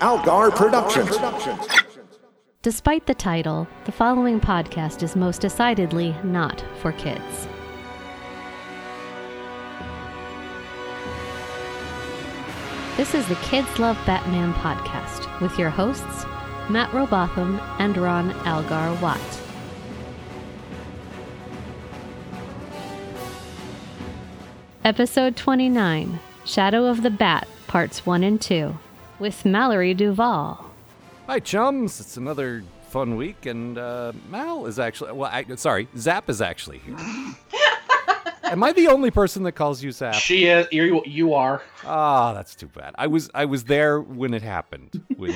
Algar Productions. Despite the title, the following podcast is most decidedly not for kids. This is the Kids Love Batman podcast with your hosts, Matt Robotham and Ron Algar Watt. Episode 29 Shadow of the Bat, Parts 1 and 2, with Mallory Duval. Hi, chums. It's another fun week, and uh, Mal is actually, well, I, sorry, Zap is actually here. Am I the only person that calls you Zap? She is. You, you are. Ah, that's too bad. I was I was there when it happened. When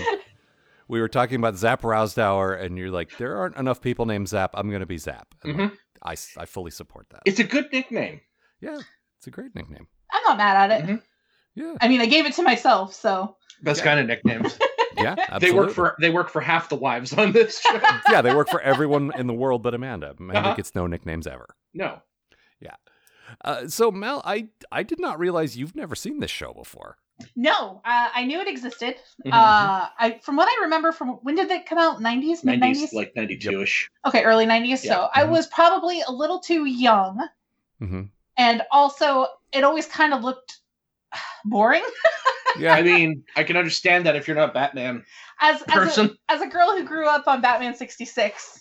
we were talking about Zap Rousedower, and you're like, there aren't enough people named Zap. I'm going to be Zap. And Mm-hmm. like, I, s- I fully support that. It's a good nickname. yeah, it's a great nickname. I'm not mad at it. Mhm. Yeah, I mean, I gave it to myself, so Best Yeah. kind of nicknames. yeah, absolutely. they work for they work for half the wives on this show. yeah, they work for everyone in the world but Amanda. Amanda Uh-huh. gets no nicknames ever. no. Uh, so Mal, I I did not realize you've never seen this show before. no, uh, I knew it existed. Mm-hmm. Mhm. Uh, I from what I remember from when did it come out? 90s, mid 90s, 90s. like 92ish. okay, early 90s. Yeah. Mm-hmm. So I Mhm. was probably a little too young, Mm-hmm. and also it always kind of looked boring Yeah, I mean, I can understand that if you're not Batman as as a, person. as a girl who grew up on Batman 66.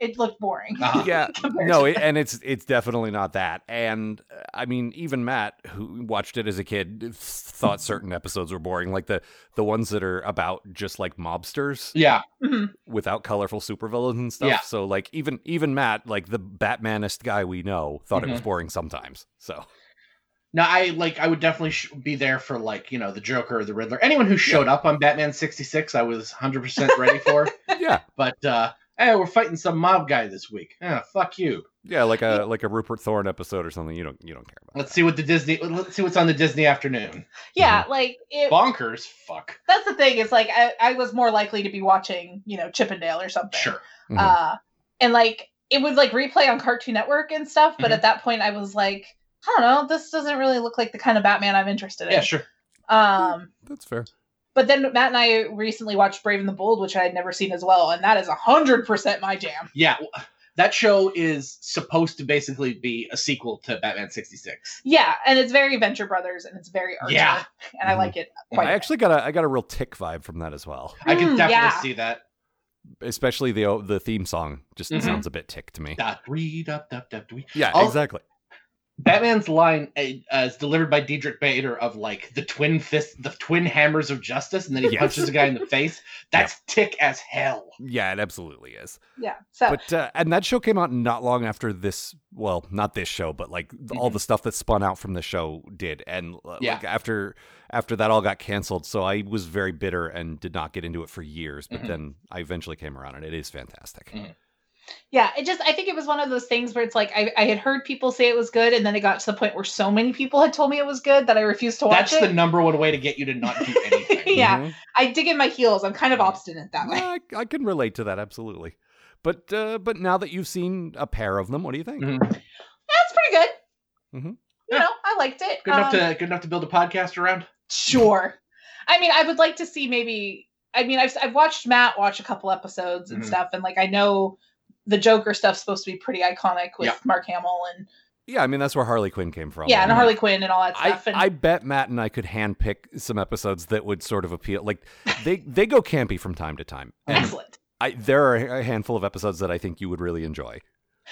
It looked boring. Uh-huh. yeah Compared no to it, and it's it's definitely not that and uh, i mean even matt who watched it as a kid thought certain episodes were boring like the the ones that are about just like mobsters Yeah. Mhm. without colorful supervillains and stuff Yeah. so like even even matt like the batmanist guy we know thought it was boring sometimes so No, I like I would definitely sh- be there for like, you know, the Joker or the Riddler. Anyone who showed up on Batman 66, I was 100% ready for. yeah but uh hey, we're fighting some mob guy this week. Ah, fuck you. yeah like a like a rupert thorne episode or something you don't you don't care about Let's see what the Disney let's see what's on the Disney afternoon. Yeah, like it, Bonkers, fuck. that's the thing is like I, I was more likely to be watching, you know, Chippendale or something. Sure. Mhm. uh and like it would like replay on cartoon network and stuff Mm-hmm. but at that point i was like i don't know this doesn't really look like the kind of batman i'm interested in Yeah, sure. um that's fair but then matt and i recently watched brave and the bold which i had never seen as well and that is 100% my jam Yeah, w- that show is supposed to basically be a sequel to Batman 66. yeah and it's very venture brothers and it's very archer Yeah. Mm-hmm. and i like it quite i actually got a i got a real tick vibe from that as well I can Mm, definitely yeah. see that. especially the oh, the theme song just Mm-hmm. Mhm. sounds a bit tick to me Da, dwee, da, da, da, dwee. yeah I'll- exactly Batman's line uh, is delivered by Diedrich Bader of like the twin fist, the twin hammers of justice, and then he Yes. punches a guy in the face. That's tick as hell. Yeah, it absolutely is. yeah so But uh, and that show came out not long after this. Well, not this show, but like th- Mm-hmm. all the stuff that spun out from the show did. And uh, Yeah. like after after that all got canceled, so I was very bitter and did not get into it for years. But Mhm. Mm-hmm. then I eventually came around, and it is fantastic. Mhm. yeah it just i think it was one of those things where it's like I, I had heard people say it was good and then it got to the point where so many people had told me it was good that i refused to That's watch the Mm-hmm. it number one way to get you to not do anything. yeah Mhm. I dig in my heels. I'm kind of obstinate that way. Yeah, I, I can relate to that absolutely. But uh, but now that you've seen a pair of them, what do you think? Mm-hmm. Mhm. That's pretty good. Mhm. You know, I liked it. Good enough Um, to good enough to build a podcast around. sure. I mean, I would like to see maybe. I mean, I've I've watched Matt watch a couple episodes and Mhm. stuff, and like I know the Joker stuff's supposed to be pretty iconic with Yeah. Mark Hamill and Yeah, I mean that's where Harley Quinn came from. yeah, and Like, Harley Quinn and all that I, stuff. and I bet Matt and I could handpick some episodes that would sort of appeal. Like they they go campy from time to time. And excellent. I, there are a handful of episodes that I think you would really enjoy.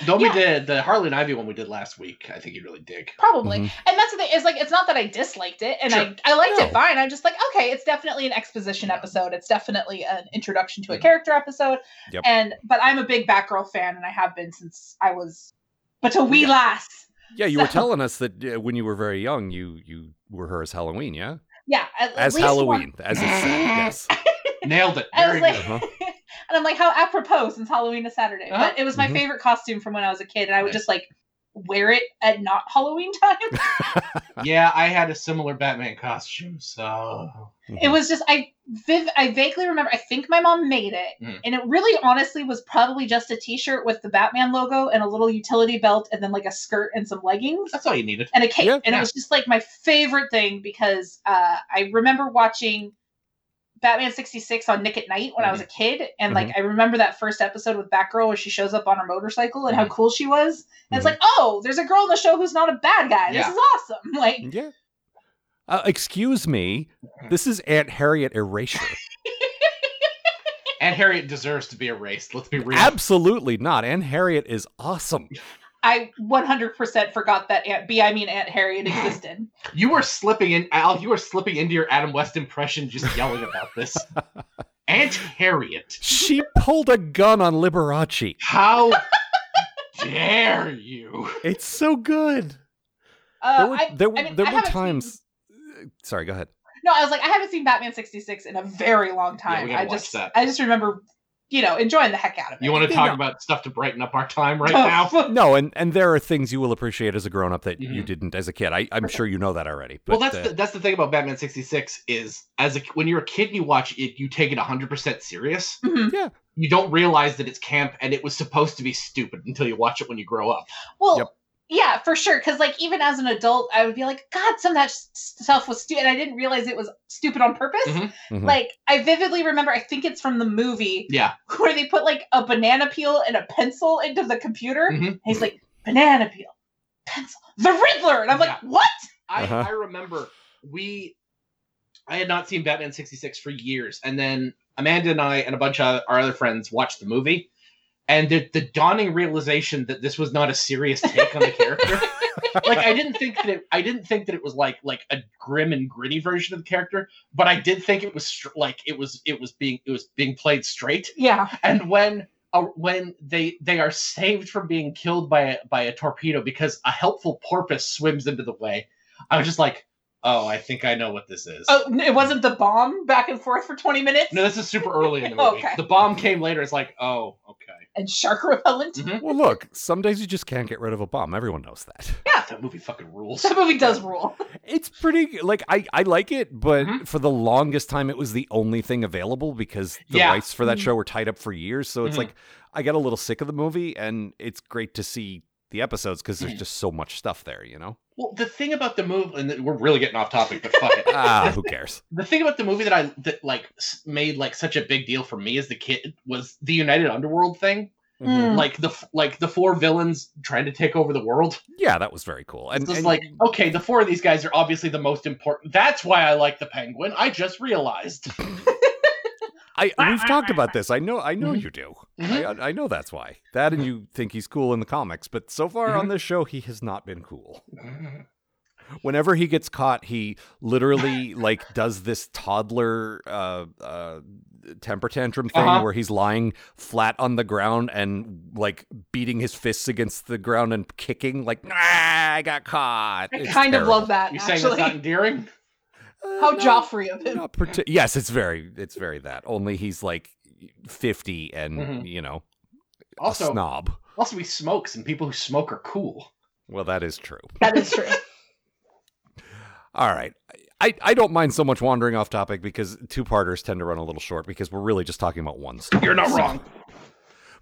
Don't we did the Harlan Ivy one we did last week. I think you really dig. Probably. Mhm. And that's the thing, is like it's not that I disliked it and Sure. I, I liked No. it fine. I'm just like, okay, it's definitely an exposition episode. It's definitely an introduction to a Mhm. character episode. Mm-hmm. Yep. And but I'm a big Batgirl fan and I have been since I was but a wee lass. Yeah, you were So- telling us that uh, when you were very young, you you were her as Halloween, yeah, Yeah. At, at as least one- Halloween, as it's said, yes. Uh-huh. Nailed it. I Very was like, good. good. and I'm like, how apropos since Halloween is Saturday. Uh-huh. But it was my Mhm. favorite costume from when I was a kid, and I would Nice. just like wear it at not Halloween time. yeah, I had a similar Batman costume, so Mm-hmm. it was just I viv- I vaguely remember I think my mom made it Hmm. Mm. and it really honestly was probably just a t-shirt with the Batman logo and a little utility belt and then like a skirt and some leggings that's all you needed. and a cape Yeah. and it was just like my favorite thing because uh I remember watching Batman 66 on Nick at Night when I was a Mm-hmm. kid. And like, I remember that first episode with Batgirl where she shows up on her motorcycle Mm-hmm. and how cool she was. And it's like, oh, there's a girl in the show who's not a bad guy. This Yeah. is awesome. Like, Yeah. Uh, excuse me. This is Aunt Harriet erasure. And Harriet deserves to be erased. Let's be real. Absolutely not. Aunt Harriet is awesome. I 100% forgot that Aunt B, I mean Aunt Harriet, existed. you are slipping in, Al. You are slipping into your Adam West impression, just yelling about this. Aunt Harriet, She pulled a gun on Liberace. how dare you? It's so good. Uh, There were I, there, were I mean, there I were haven't times. Sorry, go ahead. no, I was like, I haven't seen Batman 66 in a very long Yeah, we time. gotta I watch just, that. I just remember, you know, enjoying the heck out of it. You want to talk Yeah. about stuff to brighten up our time right Oh, now? fuck. No, and and there are things you will appreciate as a grown up that you Mhm. didn't as a kid. I, I'm sure you know that already. But well, that's uh, the, that's the thing about Batman sixty six is as a when you're a kid and you watch it, you take it hundred percent serious. Mhm. You don't realize that it's camp and it was supposed to be stupid until you watch it when you grow up. Well, Yep. yeah, for sure. Because like even as an adult, I would be like, God, some of that s- stuff was stupid. and I didn't realize it was stupid on purpose. Mhm, mhm. Like I vividly remember, I think it's from the movie Yeah, where they put like a banana peel and a pencil into the computer. Mhm. And he's like, banana peel, pencil, the Riddler, and I'm like, Yeah. what? I, Uh-huh. I remember we I had not seen Batman 66 for years and then Amanda and I and a bunch of our other friends watched the movie and the, the dawning realization that this was not a serious take on the character like I didn't think that it, I didn't think that it was like like a grim and gritty version of the character but I did think it was str- like it was it was being it was being played straight Yeah, and when uh, when they they are saved from being killed by a, by a torpedo because a helpful porpoise swims into the way, I was just like, oh, I think I know what this is. oh, n- it wasn't the bomb back and forth for 20 minutes No, this is super early in the movie. Okay. The bomb came later. It's like, oh, okay. and shark repellent. Mhm. well, look. Some days you just can't get rid of a bomb. Everyone knows that. That movie fucking rules. That movie does rule. It's pretty like I I like it, but Mm-hmm. Mhm. for the longest time it was the only thing available because the Yeah. rights for that Mhm. show were tied up for years. So it's Mhm. Mm-hmm. like I got a little sick of the movie, and it's great to see the episodes because there's Mm-hmm. Mhm. just so much stuff there. You know, Well, the thing about the movie, and we're really getting off topic, but fuck it. ah, who cares? the thing about the movie that I that like s- made like such a big deal for me as the kid was the United Underworld thing. Mhm. Mm. Mm-hmm. Like the f- like the four villains trying to take over the world. Yeah, that was very cool. And, It's just and- like, okay, the four of these guys are obviously the most important. That's why I like the penguin. I just realized. I we've talked about this. I know I know Mm-hmm. Mhm. you do. Mhm. I, I know that's why. That and you think he's cool in the comics, but so far Mm-hmm. Mhm. on this show he has not been cool. Whenever he gets caught, he literally like does this toddler uh, uh, temper tantrum thing Uh-huh. where he's lying flat on the ground and like beating his fists against the ground and kicking like "Nah, I got caught. I It's kind terrible. of love that You're saying actually. that's not endearing? Uh, How no, Joffrey of him. not parti- yes, it's very it's very that. Only he's like fifty and Mhm. you know a Also, snob. also he smokes, and people who smoke are cool. Well, that is true. That is true. All right. I, I don't mind so much wandering off topic because two parters tend to run a little short because we're really just talking about one story. You're not So- wrong.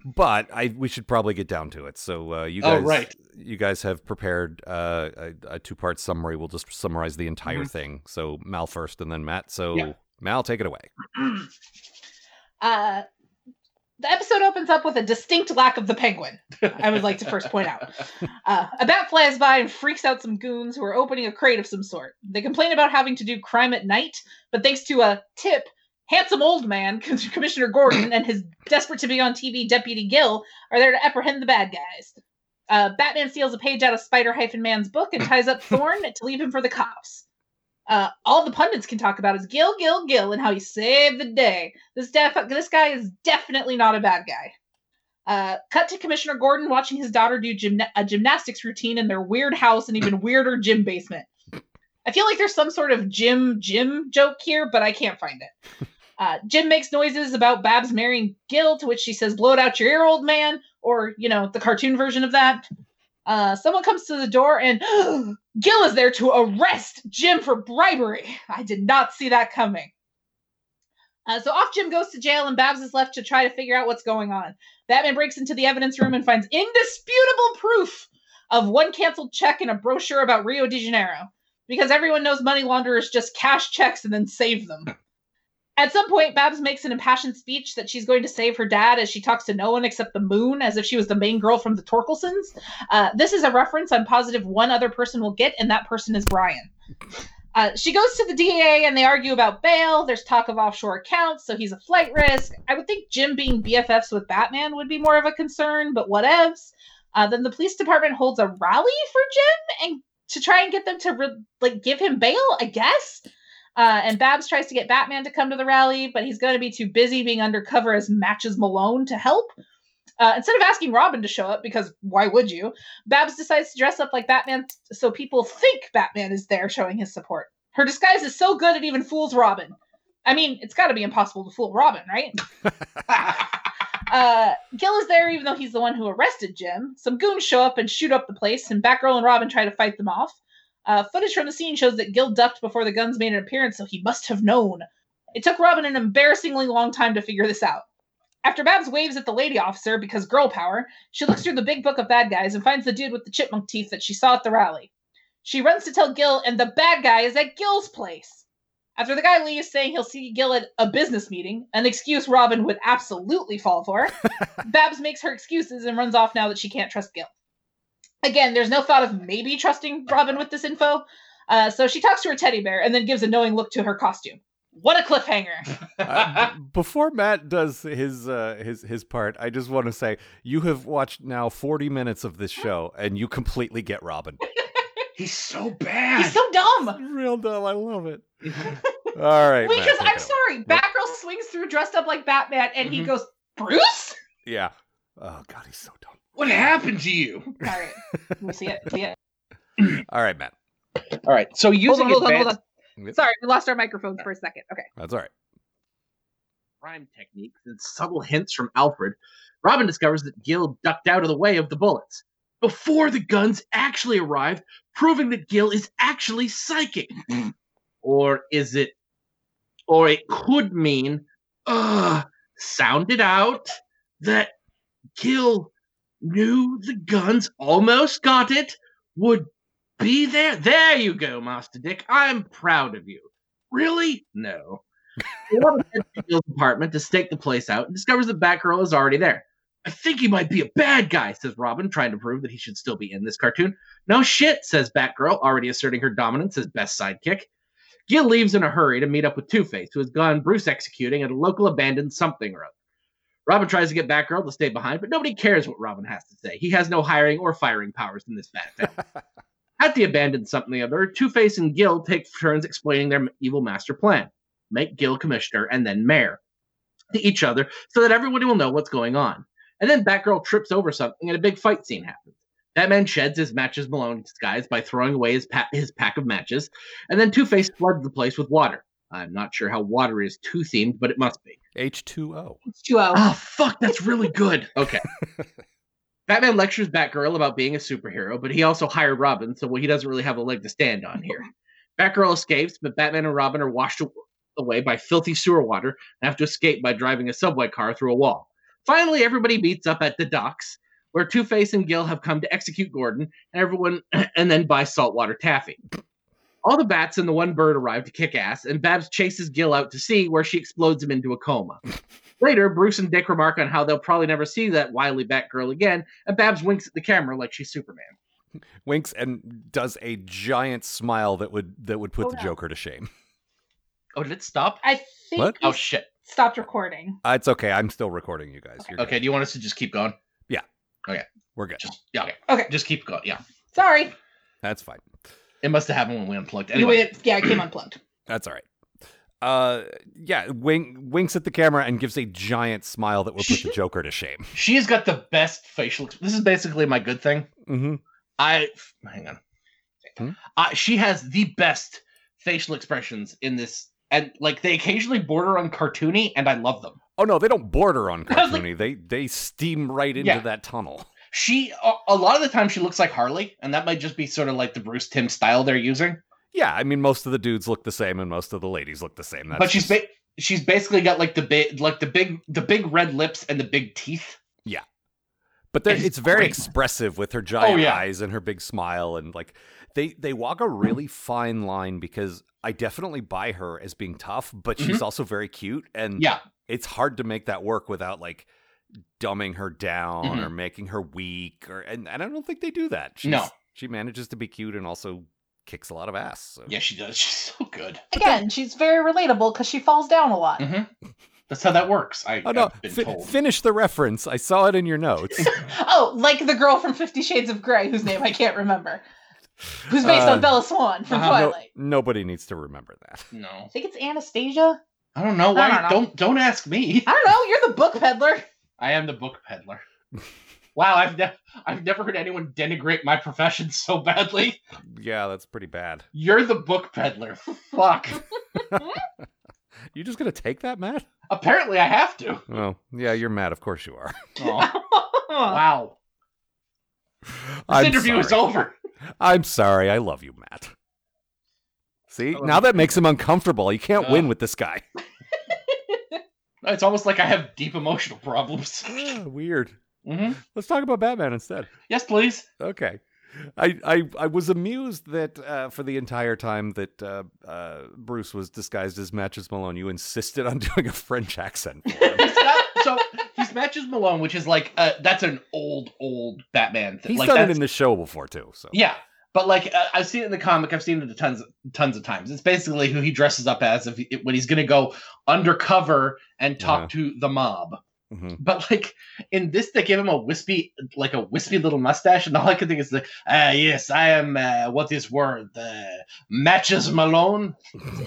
But I we should probably get down to it. So uh, you Oh, guys right. you guys have prepared uh, a, a two part summary. We'll just summarize the entire thing. So Mal first and then Matt. So Mm-hmm. Yeah. Mal, take it away. Uh, the episode opens up with a distinct lack of the penguin. I would like to first point out. Uh, a bat flies by and freaks out some goons who are opening a crate of some sort. They complain about having to do crime at night, but thanks to a tip, handsome old man, Commissioner Gordon, and his desperate to be on TV deputy Gill are there to apprehend the bad guys. Uh, Batman steals a page out of Spider Hyphen Man's book and ties up Thorn to leave him for the cops. Uh, all the pundits can talk about is Gil, Gil, Gil, and how he saved the day. This def- this guy is definitely not a bad guy. Uh, cut to Commissioner Gordon watching his daughter do gymna- a gymnastics routine in their weird house and even weirder gym basement. I feel like there's some sort of gym gym joke here, but I can't find it. Uh, Jim makes noises about Babs marrying Gil, to which she says, "Blow it out your ear, old man," or you know the cartoon version of that. Uh, someone comes to the door and Gil is there to arrest Jim for bribery. I did not see that coming. Uh, so off Jim goes to jail, and Babs is left to try to figure out what's going on. Batman breaks into the evidence room and finds indisputable proof of one canceled check and a brochure about Rio de Janeiro. Because everyone knows money launderers just cash checks and then save them. At some point, Babs makes an impassioned speech that she's going to save her dad as she talks to no one except the moon, as if she was the main girl from the Torkelsons. Uh, this is a reference I'm positive one other person will get, and that person is Brian. Uh, she goes to the DA and they argue about bail. There's talk of offshore accounts, so he's a flight risk. I would think Jim being BFFs with Batman would be more of a concern, but whatevs. Uh, then the police department holds a rally for Jim and to try and get them to re- like give him bail, I guess. Uh, and Babs tries to get Batman to come to the rally, but he's going to be too busy being undercover as Matches Malone to help. Uh, instead of asking Robin to show up, because why would you? Babs decides to dress up like Batman so people think Batman is there showing his support. Her disguise is so good it even fools Robin. I mean, it's got to be impossible to fool Robin, right? uh, Gil is there even though he's the one who arrested Jim. Some goons show up and shoot up the place, and Batgirl and Robin try to fight them off. Uh, footage from the scene shows that Gil ducked before the guns made an appearance, so he must have known. It took Robin an embarrassingly long time to figure this out. After Babs waves at the lady officer because girl power, she looks through the big book of bad guys and finds the dude with the chipmunk teeth that she saw at the rally. She runs to tell Gil, and the bad guy is at Gil's place. After the guy leaves saying he'll see Gil at a business meeting, an excuse Robin would absolutely fall for, Babs makes her excuses and runs off now that she can't trust Gil. Again, there's no thought of maybe trusting Robin with this info, uh, so she talks to her teddy bear and then gives a knowing look to her costume. What a cliffhanger! Uh, b- before Matt does his uh, his his part, I just want to say you have watched now 40 minutes of this show, and you completely get Robin. He's so bad. He's so dumb! Real dumb. I love it. All right, Wait, Matt, because take I'm it. sorry, Batgirl swings through dressed up like Batman, and he Mhm. goes, "Bruce." Yeah. Oh God, he's so dumb. what happened to you? All right, we'll see it. See it. All right, Matt. All right. So Hold using on, hold on, hold advanced on. Sorry, we lost our microphones for a second. Okay. That's all right. crime techniques and subtle hints from Alfred, Robin discovers that Gil ducked out of the way of the bullets before the guns actually arrived, proving that Gil is actually psychic. or is it, or it could mean, uh, sounded out that Gil knew the guns almost got it, would be there. There you go, Master Dick. I'm proud of you. Really? No. Robin heads to Gil's apartment to stake the place out and discovers that Batgirl is already there. I think he might be a bad guy, says Robin, trying to prove that he should still be in this cartoon. No shit, says Batgirl, already asserting her dominance as best sidekick. Gil leaves in a hurry to meet up with Two Face, who has gone Bruce executing at a local abandoned something or other. Robin tries to get Batgirl to stay behind, but nobody cares what Robin has to say. He has no hiring or firing powers in this bat family. At the abandoned something or other, Two Face and Gil take turns explaining their evil master plan make Gil commissioner and then mayor to each other so that everybody will know what's going on. And then Batgirl trips over something and a big fight scene happens. Batman sheds his matches Malone disguise by throwing away his, pa- his pack of matches, and then Two Face floods the place with water. I'm not sure how water is two themed, but it must be. H two O. It's two oh. Oh, fuck, that's really good. Okay. Batman lectures Batgirl about being a superhero, but he also hired Robin, so well, he doesn't really have a leg to stand on here. Batgirl escapes, but Batman and Robin are washed aw- away by filthy sewer water and have to escape by driving a subway car through a wall. Finally, everybody meets up at the docks, where Two Face and Gil have come to execute Gordon, and everyone, and then buy saltwater taffy. All the bats and the one bird arrive to kick ass, and Babs chases Gil out to sea, where she explodes him into a coma. Later, Bruce and Dick remark on how they'll probably never see that wily Batgirl again, and Babs winks at the camera like she's Superman. Winks and does a giant smile that would that would put Oh, the no. Joker to shame. Oh, did it stop? I think What? we Oh shit. stopped recording. Uh, it's okay. I'm still recording you guys. You're Okay, good. do you want us to just keep going? We're good. Just yeah, okay. Okay. Just keep going. Yeah. Sorry. That's fine. It must have happened when we unplugged. You Anyway, waited- yeah, it came unplugged. That's all right. Uh, yeah. Wink, winks at the camera and gives a giant smile that will put the Joker to shame. she's got the best facial ex- this is basically my good thing. Mm-hmm. I hang on. Hmm? Uh, she has the best facial expressions in this and like they occasionally border on cartoony and I love them. Oh no, they don't border on I was like- cartoony. they they steam right into Yeah. that tunnel. She a, a lot of the time she looks like Harley and that might just be sort of like the Bruce Tim style they're using. Yeah, I mean, most of the dudes look the same and most of the ladies look the same. That's but she's just- ba- she's basically got like the big like the big the big red lips and the big teeth. But there, It's it's very great. Oh, expressive with her giant yeah. eyes and her big smile and like they they walk a really fine line because I definitely buy her as being tough, but Mm-hmm. she's also very cute, and Yeah. it's hard to make that work without like dumbing her down Mhm. or making her weak, or and, and I don't think they do that. She's, No. she manages to be cute and also kicks a lot of ass. So. Yeah, she does. She's so good. Again, she's very relatable because she falls down a lot. hmm That's how that works. I, Oh no! have been Fi- told. finish the reference. I saw it in your notes. Oh, like the girl from Fifty Shades of Grey, whose name I can't remember, who's based Uh, on Bella Swan from uh-huh, No- Twilight. nobody needs to remember that. no, I think it's Anastasia. I don't know why. I don't know. Don't don't ask me. I don't know. You're the book peddler. I am the book peddler. wow, I've ne- I've never heard anyone denigrate my profession so badly. Yeah, that's pretty bad. You're the book peddler. Fuck. You just gonna take that, Matt? Apparently, I have to. Oh, yeah, you're mad. Of course you are. Aw, wow, this I'm interview is sorry. over. I'm sorry. I love you, Matt. See, love now you. Uh. that makes him uncomfortable. You can't Ugh. win with this guy. It's almost like I have deep emotional problems. Ah, Weird. hmm Let's talk about Batman instead. Yes, please. Okay. I, I, I was amused that uh, for the entire time that uh, uh, Bruce was disguised as Matches Malone, you insisted on doing a French accent. For him. It's not- so he's matches Malone, which is like uh, that's an old, old Batman thing. He's like, done that's- it in the show before too. So Yeah, but like uh, I've seen it in the comic, I've seen it tons, tons of times. It's basically who he dresses up as if he, when he's going to go undercover and talk Uh-huh. to the mob. Mhm. But like in this, they give him a wispy, like a wispy little mustache, and all I can think is like, ah, yes, I am. Uh, what is word? Uh, matches Malone.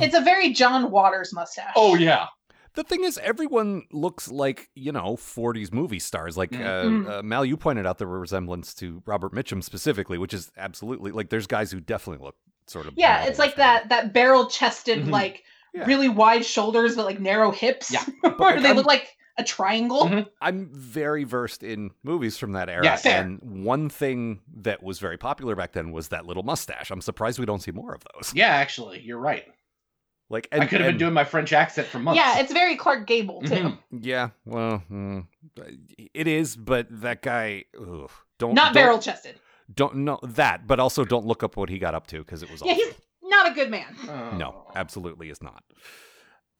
It's a very John Waters mustache. Oh yeah, The thing is, everyone looks like you know '40s movie stars. Like Mm. uh, uh, Mal, you pointed out the resemblance to Robert Mitchum specifically, which is absolutely like. There's guys who definitely look sort of. Yeah, model it's like after him. that that barrel chested, Mhm. like Yeah. really wide shoulders but like narrow hips. Yeah. Where like, they I'm- look like a triangle. Mhm. I'm very versed in movies from that era. Yeah, fair. and one thing that was very popular back then was that little mustache. I'm surprised we don't see more of those. yeah. Actually, you're right. Like, and, I could have been and- doing my French accent for months. Yeah, it's very Clark Gable too. Mhm. Yeah, well, mm, it is, but that guy. Ugh, don't don't- Not barrel chested. Don't know that, but also don't look up what he got up to because it was. Yeah, awful. he's not a good man. Oh. No, absolutely is not.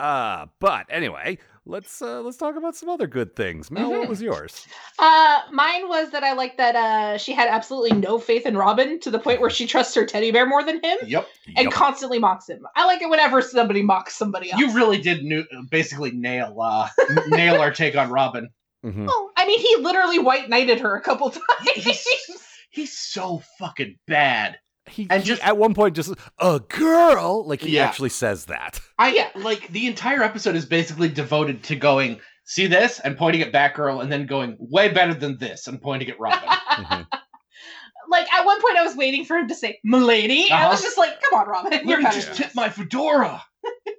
Uh, but anyway, let's uh, let's talk about some other good things. Mel, Mhm. what was yours? Uh mine was that I liked that uh she had absolutely no faith in Robin to the point where she trusts her teddy bear more than him Yep. and Yup. constantly mocks him. I like it whenever somebody mocks somebody else. You really did nu- basically nail uh, nail our take on Robin. Mhm. Oh, I mean, he literally white knighted her a couple times. He's so fucking bad. He, and he just- at one point just a girl, like he Yeah. actually says that. I Yeah. like the entire episode is basically devoted to going see this and pointing at Batgirl and then going way better than this and pointing at Robin. Mhm. like at one point, I was waiting for him to say "milady," and I was Uh-huh. just like, "Come on, Robin, Let you're me kind just of." tip my fedora.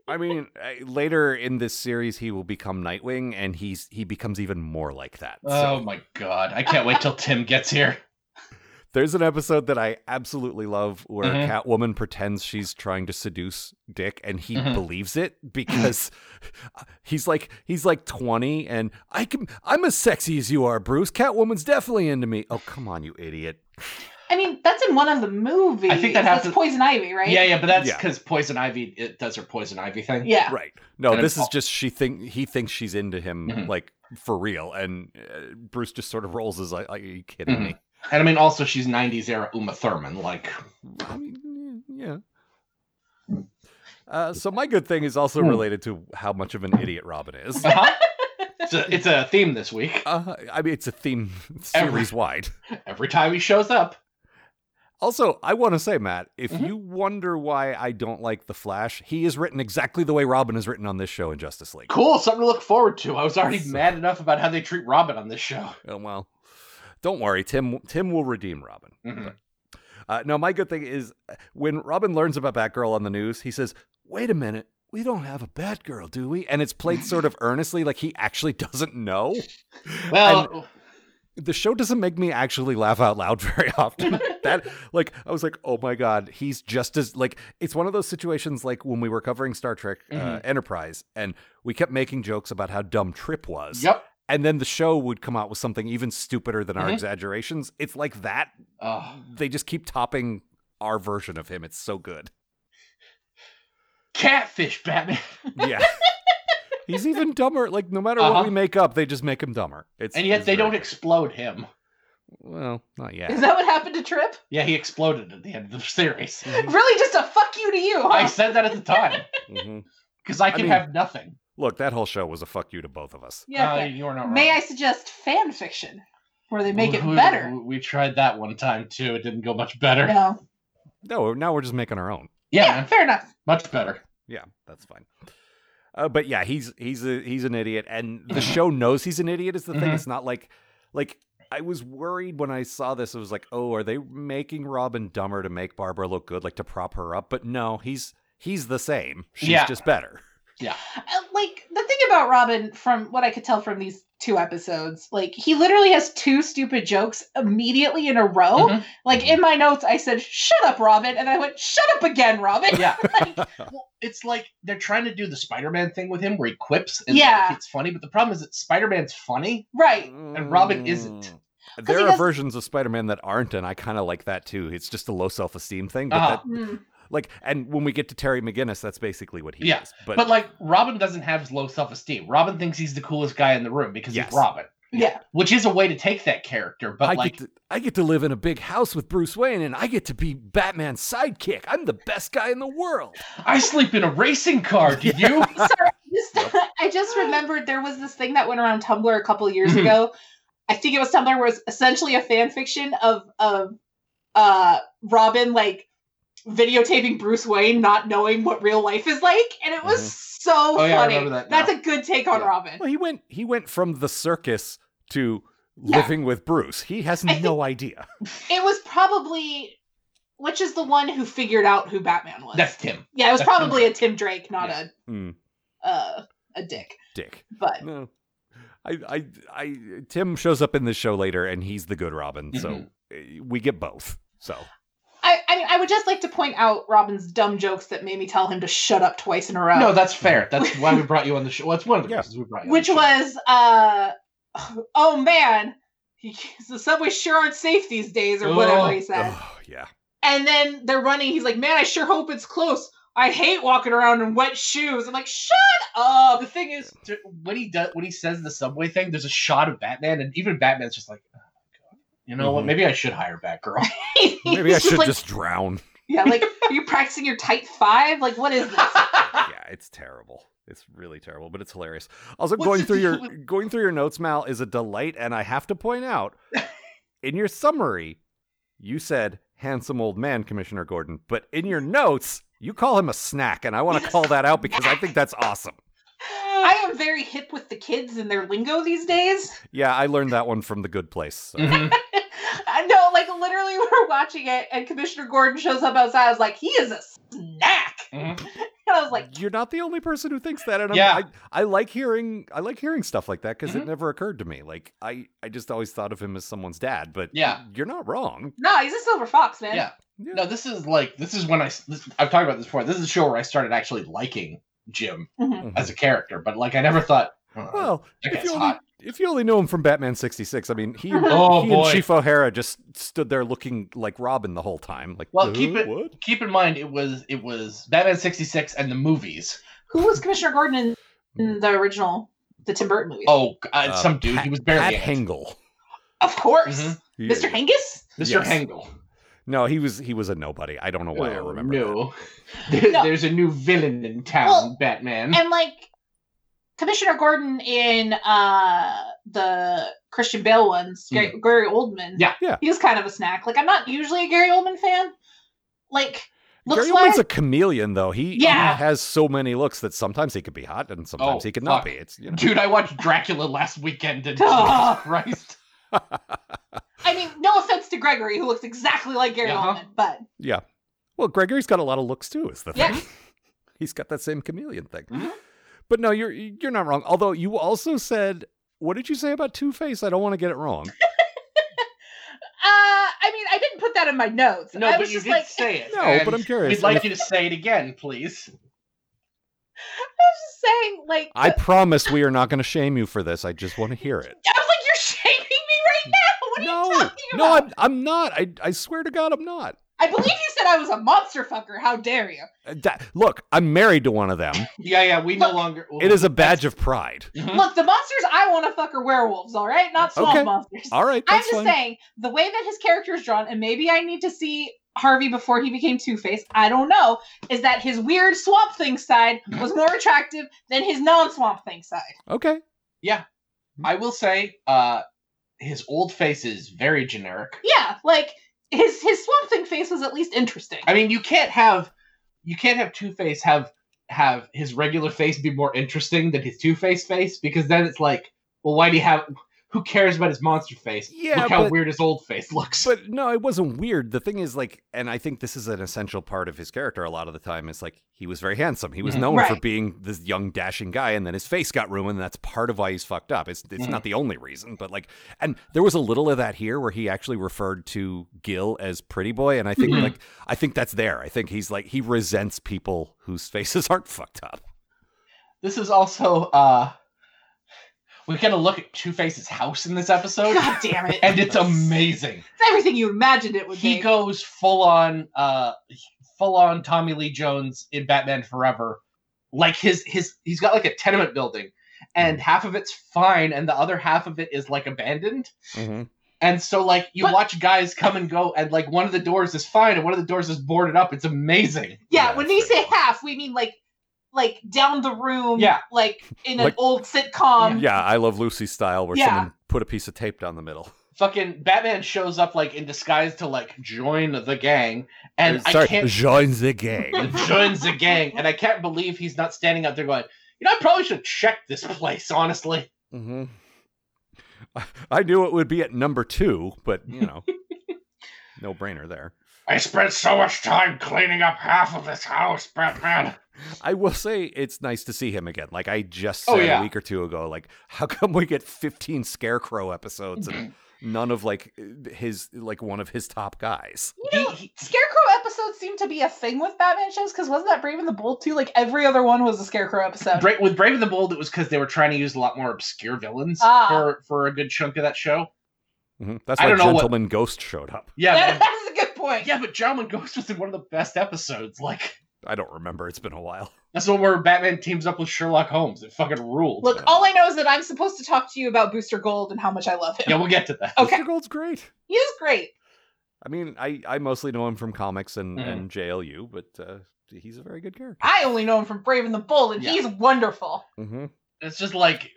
I mean, uh, later in this series, he will become Nightwing, and he's he becomes even more like that. Oh So my god! I can't wait till Tim gets here. there's an episode that I absolutely love where Mhm. Catwoman pretends she's trying to seduce Dick, and he Mhm. believes it because he's like he's like 20, and I can I'm as sexy as you are, Bruce. Catwoman's definitely into me. Oh come on, you idiot! I mean, that's in one of the movies. I think that That's happens- Poison Ivy, right? Yeah, yeah, but that's Yeah. because Poison Ivy it does her Poison Ivy thing. yeah. Right? No, And this it's- is just she think he thinks she's into him Mhm. like for real, and uh, Bruce just sort of rolls his like, are you kidding Mhm. me? And I mean, also she's '90s era Uma Thurman. Like, I mean, yeah. Uh, so my good thing is also Hmm. related to how much of an idiot Robin is. uh-huh. it's, a, it's a theme this week. Uh, I mean, it's a theme Every- series wide. Every time he shows up, Also, I want to say, Matt, if Mhm. you wonder why I don't like the Flash, he is written exactly the way Robin is written on this show in Justice League. cool, something to look forward to. I was already So- mad enough about how they treat Robin on this show. Oh, well, don't worry, Tim. Tim will redeem Robin. Mhm. Uh, no, my good thing is uh, when Robin learns about Batgirl on the news, he says, "Wait a minute." We don't have a Batgirl, do we? And it's played sort of earnestly, like he actually doesn't know. Well, uh, the show doesn't make me actually laugh out loud very often. that like I was like, oh my god, he's just as like it's one of those situations like when we were covering Star Trek uh, Mhm. Enterprise and we kept making jokes about how dumb Trip was, yep. and then the show would come out with something even stupider than our Mhm. exaggerations. It's like that Uh, they just keep topping our version of him. It's so good. Catfish Batman. Yeah. He's even dumber. Like no matter Uh-huh. what we make up, they just make him dumber. It's And yet it's they very don't good. explode him. well, not Is yet. that what happened to Trip? Yeah, he exploded at the end of the series. Really, just a fuck you to you, I huh? said that at the time Mhm. because I I can mean- have nothing. Look, that whole show was a fuck you to both of us. Yeah. Uh, okay. you are not May wrong. I suggest fan fiction where they make it We- we- better? We, tried that one time too. It didn't go much better. Yeah, No. No, now we're just making our own. Yeah, man, fair enough. much better. Yeah, that's fine. Uh, but yeah, he's he's a, he's an idiot, and the show knows he's an idiot. Is the thing? Mhm. It's not like like I was worried when I saw this. It was like, oh, are they making Robin dumber to make Barbara look good, like to prop her up? But no, he's he's the same. She's Yeah. just better. Uh, Like, the thing about Robin, from what I could tell from these two episodes, like, he literally has two stupid jokes immediately in a row. Mhm. Like, in my notes, I said, shut up, Robin. And I went, shut up again, Robin. Yeah. Well, it's like they're trying to do the Spider-Man thing with him, where he quips and Yeah. like, it's funny. But the problem is that Spider-Man's funny. Right. Robin isn't. Mm. 'Cause There he are doesn't- versions of Spider-Man that aren't, and I kind of like that too. It's just a low self-esteem thing, but Uh-huh. that, Hmm. like, and when we get to Terry McGinnis, that's basically what he Yeah, is. But, like Robin doesn't have low self-esteem. Robin thinks he's the coolest guy in the room because Yes. he's Robin, Yeah. which is a way to take that character. But I get like, to, I get to live in a big house with Bruce Wayne, and I get to be Batman's sidekick. I'm the best guy in the world. I sleep in a racing car. Do you? Sorry, I just, I just remembered there was this thing that went around Tumblr a couple years Mhm. ago. I think it was Tumblr where it was essentially a fan fiction of of uh Robin like videotaping Bruce Wayne not knowing what real life is like and it was Mhm. so Oh, yeah, I funny. remember that now. That's a good take on Yeah. Robin. Well, he went he went from the circus to Yeah. living with Bruce. He has I no idea. It was probably which is the one who figured out who Batman was. That's Tim. yeah, it was that's Tim probably a Tim Drake, not Yeah. Mm, a uh a dick. dick. But No. I, I, I, Tim shows up in this show later, and he's the good Robin. So uh, we get both. So I, I mean I would just like to point out Robin's dumb jokes that made me tell him to shut up twice in a row. No, that's fair. That's why we brought you on the show. Well, it's one of the Yeah. reasons we brought you. on which the show. was uh oh man he, the subways sure aren't safe these days or whatever Oh, he said oh, yeah, and then they're running he's like man i sure hope it's close i hate walking around in wet shoes i'm like shut the up thing is to- when he does when he says the subway thing there's a shot of batman and even batman's just like oh my God. you know what Mhm. maybe i should hire Batgirl. maybe He's I should like, just drown. yeah like are you practicing your tight five like what is this yeah, it's terrible. It's really terrible, but it's hilarious. Also, What's going the through deal your with- going through your notes, Mal, is a delight, and I have to point out in your summary, you said handsome old man, Commissioner Gordon, but in your notes, you call him a snack, and I want to call that out because I think that's awesome. i am very hip with the kids and their lingo these days Yeah, I learned that one from The Good Place. so. Mhm. I know, like literally, we were watching it, and Commissioner Gordon shows up outside. I was like, "He is a snack," Mhm. and I was like, You're not the only person who thinks that, and I'm, Yeah. I, I like hearing I like hearing stuff like that because Mhm. it never occurred to me. Like I, I just always thought of him as someone's dad, but Yeah. you're not wrong. "No, he's a silver fox, man." Yeah. Yeah. no this is like this is when i s- this, i've talked about this before this is a show where i started actually liking jim Mhm. Mhm. as a character but like i never thought oh, Well, if that guy's you, only, hot if you only knew him from Batman 66, I mean, he, he Oh, and boy. Chief O'Hara just stood there looking like Robin the whole time. Like, Well, keep "Huh, it- What? keep in mind it was it was batman 66 and the movies Who was Commissioner Gordon in, in the original, the Tim Burton movie? oh uh, Uh, some dude Pat, he was barely Pat in it. Hengel. of course, Mhm. Mr. Yeah. Hengis. mr Yes. hengel No, he was he was a nobody. I don't know why I Oh, remember. that. no. There- No. there's a new villain in town Well, batman And like Commissioner Gordon in uh the Christian Bale ones, Gary, Gary Oldman. Mm-hmm. Yeah. Yeah. he was kind of a snack. Like I'm not usually a Gary Oldman fan. Like looks Gary wise, Oldman's a chameleon, though. He, he Yeah. has so many looks that sometimes he could be hot and sometimes Oh, he could not fuck. be. It's you know, Dude, I watched Dracula last weekend and Oh. Jesus Christ. I mean, no offense to Gregory, who looks exactly like Gary Uh-huh. Oldman, but yeah. Well, Gregory's got a lot of looks too. Is the thing. yeah, Mm-hmm. He's got that same chameleon thing. Mhm. But no, you're you're not wrong. Although you also said, what did you say about Two Face? I don't want to get it wrong. uh, I mean, I didn't put that in my notes. No, I but was you just did like, say it. No, and but I'm curious. We'd like you to say it again, please. I was just saying, like, I the- promise we are not going to shame you for this. I just want to hear it. I was like, you're shaming me right now. What are No, you talking no, about? I'm, I'm not. I, I swear to God, I'm not. I believe you said I was a monster fucker. How dare you? Uh, that- look, I'm married to one of them. Yeah, yeah, we no Look, longer. It is a badge of pride. Mhm. Look, the monsters I want to fuck are werewolves, all right? Not swamp Hmm? Okay. monsters. All right, I'm that's just fine. saying, the way that his character is drawn, and maybe I need to see Harvey before he became Two Face, I don't know, is that his weird swamp thing side was more attractive than his non swamp thing side. Okay, I will say, uh, his old face is very generic. Yeah, like his his swamp thing face was at least interesting. I mean, you can't have you can't have Two Face have have his regular face be more interesting than his Two Face face because then it's like, well, why do you have? Who cares about his monster face? Yeah, look how but- weird his old face looks. but no, it wasn't weird. The thing is, like, and I think this is an essential part of his character. A lot of the time, is like he was very handsome. He was Mhm. known for Right. being this young, dashing guy, and then his face got ruined. And that's part of why he's fucked up. It's it's Mhm. not the only reason, but like, and there was a little of that here where he actually referred to Gil as pretty boy, and I think Mhm. like I think that's there. I think he's like he resents people whose faces aren't fucked up. this is also uh, we got to look at Two Face's house in this episode, God damn it. and it's amazing. It's everything you imagined it would he be. goes full on uh full on Tommy Lee Jones in Batman Forever. Like his his he's got like a tenement building and half of it's fine and the other half of it is like abandoned. And so like you But- watch guys come and go and like one of the doors is fine and one of the doors is boarded up. It's amazing. yeah, Yeah, when we sure. say half, we mean like like down the room, Yeah. like in an Like- old sitcom. Yeah, I love Lucy style where Yeah. someone put a piece of tape down the middle. Fucking Batman shows up like in disguise to like join the gang and Sorry, I can't join the gang. joins the gang and I can't believe he's not standing out there going, you know, I probably should check this place, honestly. Mm-hmm. I, I knew it would be at number two, but you know, no brainer there. I spent so much time cleaning up half of this house, Batman. I will say it's nice to see him again. Like I just said Oh, yeah. a week or two ago, like how come we get 15 Scarecrow episodes and none of like his like one of his top guys? He, he- Scarecrow episodes seem to be a thing with Batman shows because wasn't that Brave and the Bold too? Like every other one was a Scarecrow episode. Uh, Bra- with Brave and the Bold, it was because they were trying to use a lot more obscure villains Ah. for for a good chunk of that show. Mhm. That's I why don't know what- Gentleman Ghost showed up. Yeah, man. that's a good point. yeah, but Gentleman Ghost was in one of the best episodes. Like I don't remember. It's been a while. that's the one where Batman teams up with Sherlock Holmes. It fucking ruled. Look, oh, all I know is that I'm supposed to talk to you about Booster Gold and how much I love him. yeah, we'll get to that. Okay. Mr. Gold's great. He is great. I mean, I, I mostly know him from comics and, Mhm. and JLU, but uh, he's a very good character. I only know him from Brave and the Bold, and Yeah. he's wonderful. Mm-hmm. It's just like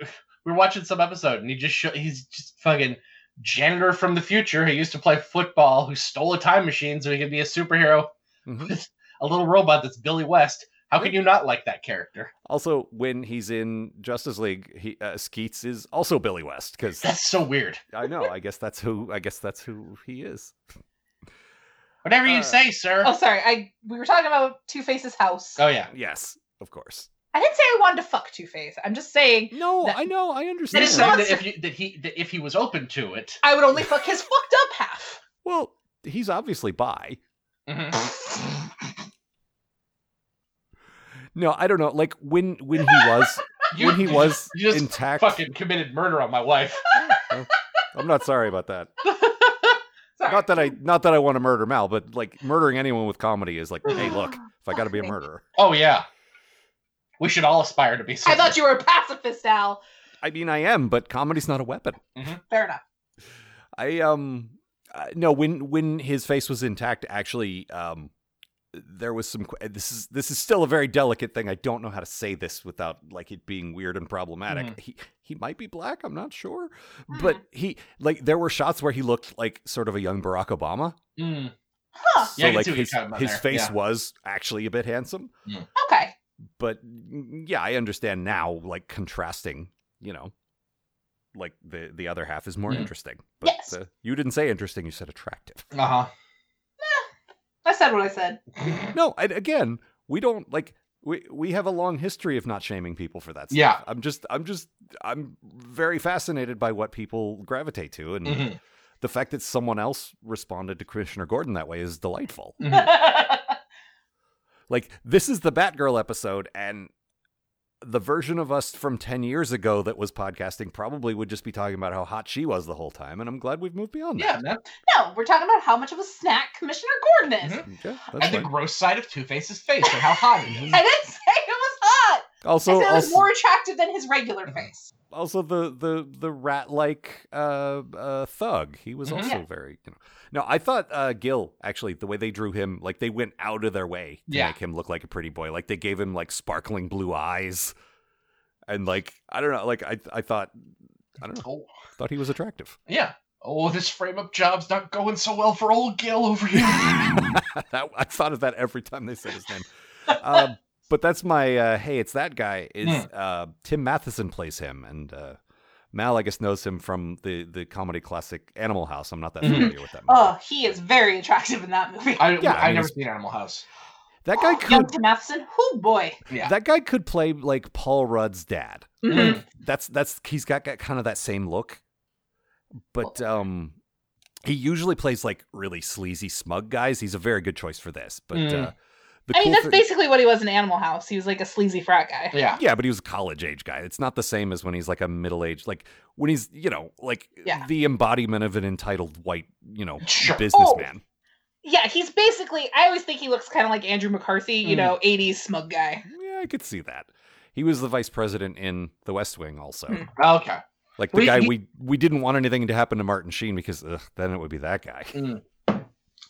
we're watching some episode, and he just show- he's just fucking janitor from the future who used to play football who stole a time machine so he could be a superhero. Mhm. a little robot that's Billy West. How can you not like that character? Also, when he's in Justice League, he, uh, Skeets is also Billy West because That's so weird. I know. I guess that's who. I guess that's who he is. Whatever you Uh, say, sir. Oh, sorry. I we were talking about Two Face's house. oh yeah. Yes, of course. I didn't say I wanted to fuck Two Face. I'm just saying No, That- I know. I They understand. is said not- that if you, that he that if he was open to it. I would only fuck his fucked up half. well, he's obviously bi. Mm-hmm. No, I don't know. Like when when he was You- when he was you just intact. fucking committed murder on my wife. I'm not sorry about that. Sorry. Not that I not that I want to murder Mal, but like murdering anyone with comedy is like, hey, look, if I got to be a Fuck me. murderer, Oh yeah. We should all aspire to be. I thought you were a pacifist, Al. I mean, I am, but comedy's not a weapon. Fair enough. I um uh, no when when his face was intact actually um there was some que- this is this is still a very delicate thing I don't know how to say this without like it being weird and problematic Mm-hmm. he he might be black I'm not sure but he like there were shots where he looked like sort of a young Barack Obama Mm. Huh. Yeah, I can like see what you're his, talking about his there. face Yeah. was actually a bit handsome Okay. but mm, yeah I understand now like contrasting you know like the the other half is more Mhm. interesting but Yes. uh, you didn't say interesting you said attractive Uh I said what I said. huh. No, and again, we don't like we we have a long history of not shaming people for that stuff. Yeah. I'm just I'm just I'm very fascinated by what people gravitate to and Mhm. the fact that someone else responded to Commissioner Gordon that way is delightful. Mhm. Like this is the Batgirl episode and the version of us from 10 years ago that was podcasting probably would just be talking about how hot she was the whole time. And I'm glad we've moved beyond Yeah, man. No, we're talking about how much of a snack Commissioner Gordon is. Mhm. that. Yeah, that's And the fine. gross side of Two Face's face and how hot it is. I didn't say it was hot. I Also, said it was also, more attractive than his regular Mm-hmm. face. also the the the rat like uh, uh, thug. He was Mhm. also very. You know. No, I thought uh, Gil actually the way they drew him, like they went out of their way to Yeah. make him look like a pretty boy. Like they gave him like sparkling blue eyes, and like I don't know, like I I thought I don't know, Oh, thought he was attractive. yeah. Oh, this frame up job's not going so well for old Gil over here. that, I thought of that every time they said his name. Um, but that's my uh, hey, it's that guy. Is Hmm. uh, Tim Matheson plays him, and uh, Mal I guess knows him from the the comedy classic Animal House. I'm not that Mhm. familiar with that. Movie. Oh, he is very attractive in that movie. I, Yeah, I I, mean, never it's- seen Animal House. that guy Young could Tim Matheson. Oh boy. Yeah. Mm-hmm. that guy could play like Paul Rudd's dad. Mhm. That's that's he's got, got kind of that same look, but um, he usually plays like really sleazy, smug guys. He's a very good choice for this. But Mm. uh, the Hmm. I mean, cool that's thing- basically what he was in Animal House. He was like a sleazy frat guy. Yeah. Yeah, but he was a college age guy. It's not the same as when he's like a middle aged, like when he's you know like Yeah. the embodiment of an entitled white you know Sure. businessman. Yeah, he's basically. I always think he looks kind of like Andrew McCarthy, you Mm-hmm. Mhm. know, '80s smug guy. Yeah, I could see that. He was the vice president in The West Wing, also Hmm. Okay. like the We- guy he- we we didn't want anything to happen to Martin Sheen because ugh, then it would be that guy.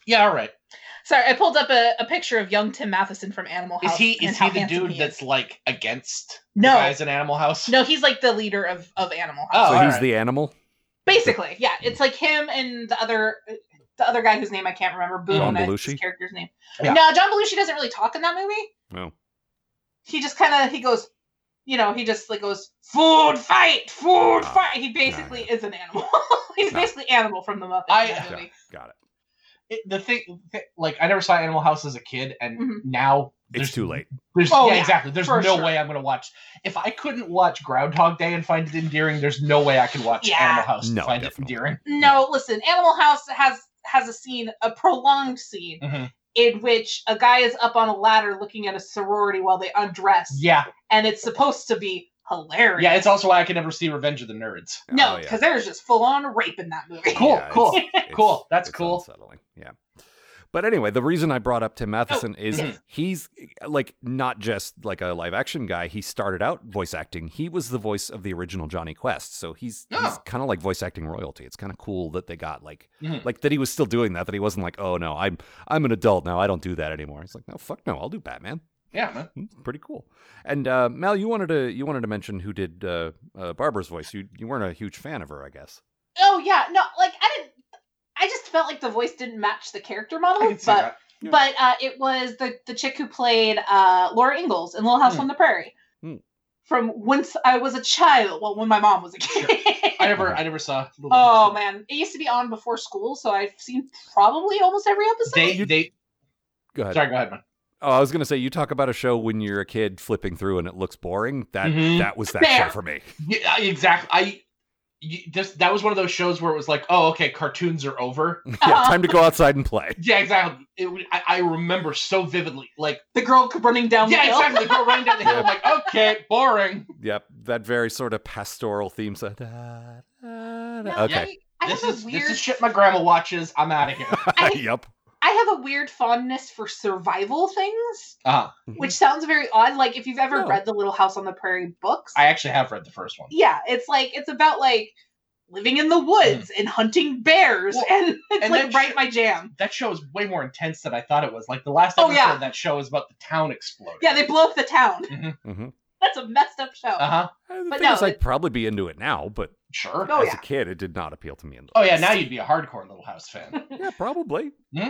Yeah, all right. Sorry, I pulled up a, a picture of young Tim Matheson from Animal House. Is he and is how he the handsome dude is. that's like against no, the guys in Animal House? no, he's like the leader of of Animal House. Oh, so all he's right. the animal. Basically, yeah, it's like him and the other the other guy whose name I can't remember. Boone, John that's Belushi? his character's name. Yeah. No, John Belushi doesn't really talk in that movie. No, He just kind of he goes, you know, he just like goes food fight, food Ah, fight. He basically is an animal. He's No. basically animal from the Muppets. I- in that Yeah. movie. got it. It- the thing, th- like, I never saw Animal House as a kid, and Mhm. now It's there's- too late. There's, Oh, yeah, yeah, exactly. There's for no sure. way I'm gonna watch. If I couldn't watch Groundhog Day and find it endearing, there's no way I could watch Yeah. Animal House No, and find definitely. it endearing. No, listen, Animal House has has a scene, a prolonged scene, Mhm. in which a guy is up on a ladder looking at a sorority while they undress, Yeah, and it's supposed to be hilarious. yeah. It's also why I can never see Revenge of the Nerds. no, Oh, yeah. because there's just full on rape in that movie. Cool, Yeah, cool, it's- cool. That's it's cool. Unsettling. Yeah. But anyway, the reason I brought up Tim Oh, Matheson is yes. he's like not just like a live action guy. He started out voice acting. He was the voice of the original Johnny Quest, so he's, he's Oh. kind of like voice acting royalty. It's kind of cool that they got like Mhm. like that he was still doing that. That he wasn't like, oh no, I'm I'm an adult now. I don't do that anymore. He's like, no, fuck no, I'll do Batman. Yeah, man. Hmm, Pretty cool. And uh, Mal, you wanted to you wanted to mention who did uh, uh, Barbara's voice. You you weren't a huge fan of her, I guess. Oh yeah, no, like I didn't. I just felt like the voice didn't match the character model, I can but see that. Yeah. but uh, it was the the chick who played uh, Laura Ingalls in Little House Hmm. on the Prairie. Hmm. From once I was a child, well, when my mom was a kid. I never, I never saw. Little Oh House. man, it used to be on before school, so I've seen probably almost every episode. They, You- they. Go ahead. Sorry, go ahead, man. Oh, I was gonna say you talk about a show when you're a kid flipping through and it looks boring. That Mm-hmm. Mhm. that was that Fair. show for me. Yeah, exactly. I. You, this, that was one of those shows where it was like, oh, okay, cartoons are over. yeah, time to go outside and play. Yeah, exactly. It, would- I, I remember so vividly. Like, the girl c- running down the yeah, hill. exactly. Go running down the hill. I'm like, okay, boring. Yep, that very sort of pastoral theme. So, da, da, da. No, okay. I, I this have is a weird. this is shit my grandma watches. I'm out of here. I- yep. I have a weird fondness for survival things, Uh, which sounds very odd. Like if you've ever Mm-hmm. No. read the Little House on the Prairie books, I actually have read the first one. yeah, it's like it's about like living in the woods Mm. and hunting bears, Well, and it's and like that right sh- my jam. That show is way more intense than I thought it was. Like the last Oh, episode yeah. of that show is about the town exploding. Yeah, they blow up the town. Mm-hmm. hmm That's a messed up show. Uh huh. The But thing no, is, I'd it- probably be into it now, but Sure. Oh, as yeah. a kid, it did not appeal to me. In the Oh yeah. Now least. you'd be a hardcore Little House fan. yeah, probably. Yeah,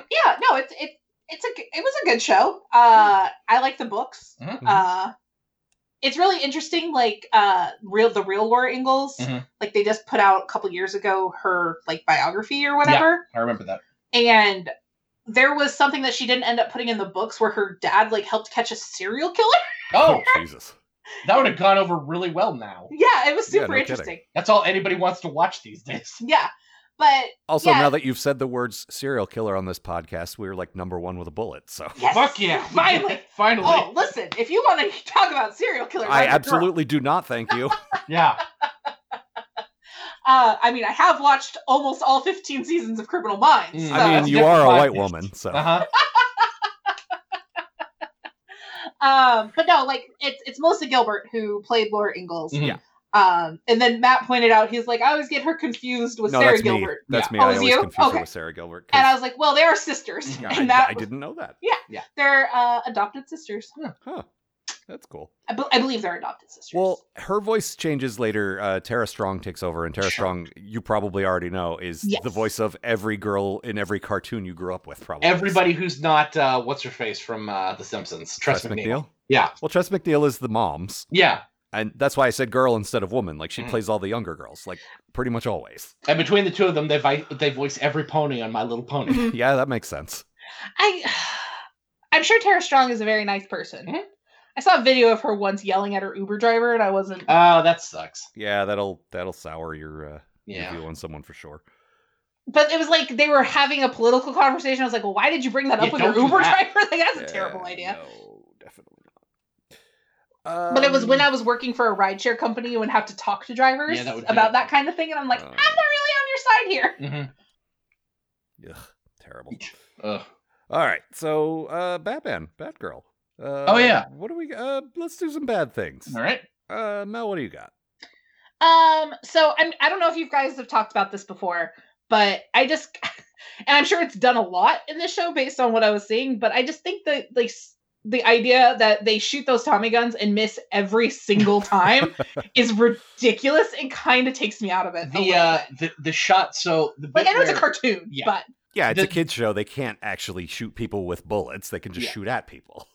no, it's it it's a g- it was a good show. Uh, I like the books. Mhm. Mm-hmm. Uh, it's really interesting. Like uh, real the real Laura Ingalls. Mm-hmm. Mhm. Like they just put out a couple years ago her like biography or whatever, I remember that. and there was something that she didn't end up putting in the books where her dad like helped catch a serial killer. Oh, Jesus. that would have gone over really well now. yeah, it was Yeah, super no kidding. interesting. That's all anybody wants to watch these days. Yeah. But Also, Yeah. now that you've said the words serial killer on this podcast, we were like number one with a bullet. So yes, Fuck yeah! Finally. finally. Oh, listen, if you want to talk about serial killers, I I'm your girl. absolutely do not thank you. Yeah. Uh, I mean, I have watched almost all 15 seasons of Criminal Minds. Mm. So, No, I mean, that's a you different are a white podcast. woman, so Uh-huh. Uh huh. um, but no, like it's it's Melissa Gilbert who played Laura Ingalls. Yeah. Um, and then Matt pointed out he's like, I always get her confused with no, Sarah that's me. Gilbert. That's Yeah. me. Oh, I it's always you? confuse Okay. her with Sarah Gilbert. 'cause And I was like, well, they are sisters, Yeah, and I, that I didn't know that. they're uh, adopted sisters. Huh. That's cool. I, be- I believe they're adopted sisters. Well, her voice changes later. Uh, Tara Strong takes over, and Tara Sure. Strong, you probably already know, is Yes. the voice of every girl in every cartoon you grew up with. Probably Everybody who's not uh, what's her face from uh, The Simpsons, Tress, McNeil. Yeah. Well, Tress McNeil is the mom's, Yeah, and that's why I said girl instead of woman. Like she Mm. Mhm. plays all the younger girls, like pretty much always. and between the two of them, they vi- they voice every pony on My Little Pony. Mhm. Yeah, that makes sense. I, I'm sure Tara Strong is a very nice person. Mm-hmm. Mhm. I saw a video of her once yelling at her Uber driver, and I wasn't. oh, that sucks. Yeah, that'll that'll sour your uh, Yeah. review on someone for sure. But it was like they were having a political conversation. I was like, well, why did you bring that up Yeah, with don't do your Uber that. driver? Like, that's a Yeah, terrible idea. Eh, No, definitely not. But it was when Um, I was working for a rideshare company and have to talk to drivers Yeah, that would be Uh. about it. that kind of thing, and I'm like, Um, I'm not really on your side here. hmm Ugh, terrible. Ugh. All right, so uh, Batman, Batgirl. Uh, Oh, yeah. What do we? Uh, let's do some bad things. All right. Uh, Mel, what do you got? Um, so I'm I don't know if you guys have talked about this before, but I just and I'm sure it's done a lot in this show based on what I was seeing, but I just think that like s- the idea that they shoot those Tommy guns and miss every single time is ridiculous and kind of takes me out of it. a The little uh, bit. the the shot. So the like bit I know it's a where- cartoon, yeah. but Yeah, it's a The- kids show. They can't actually shoot people with bullets. They can just Yeah. shoot at people.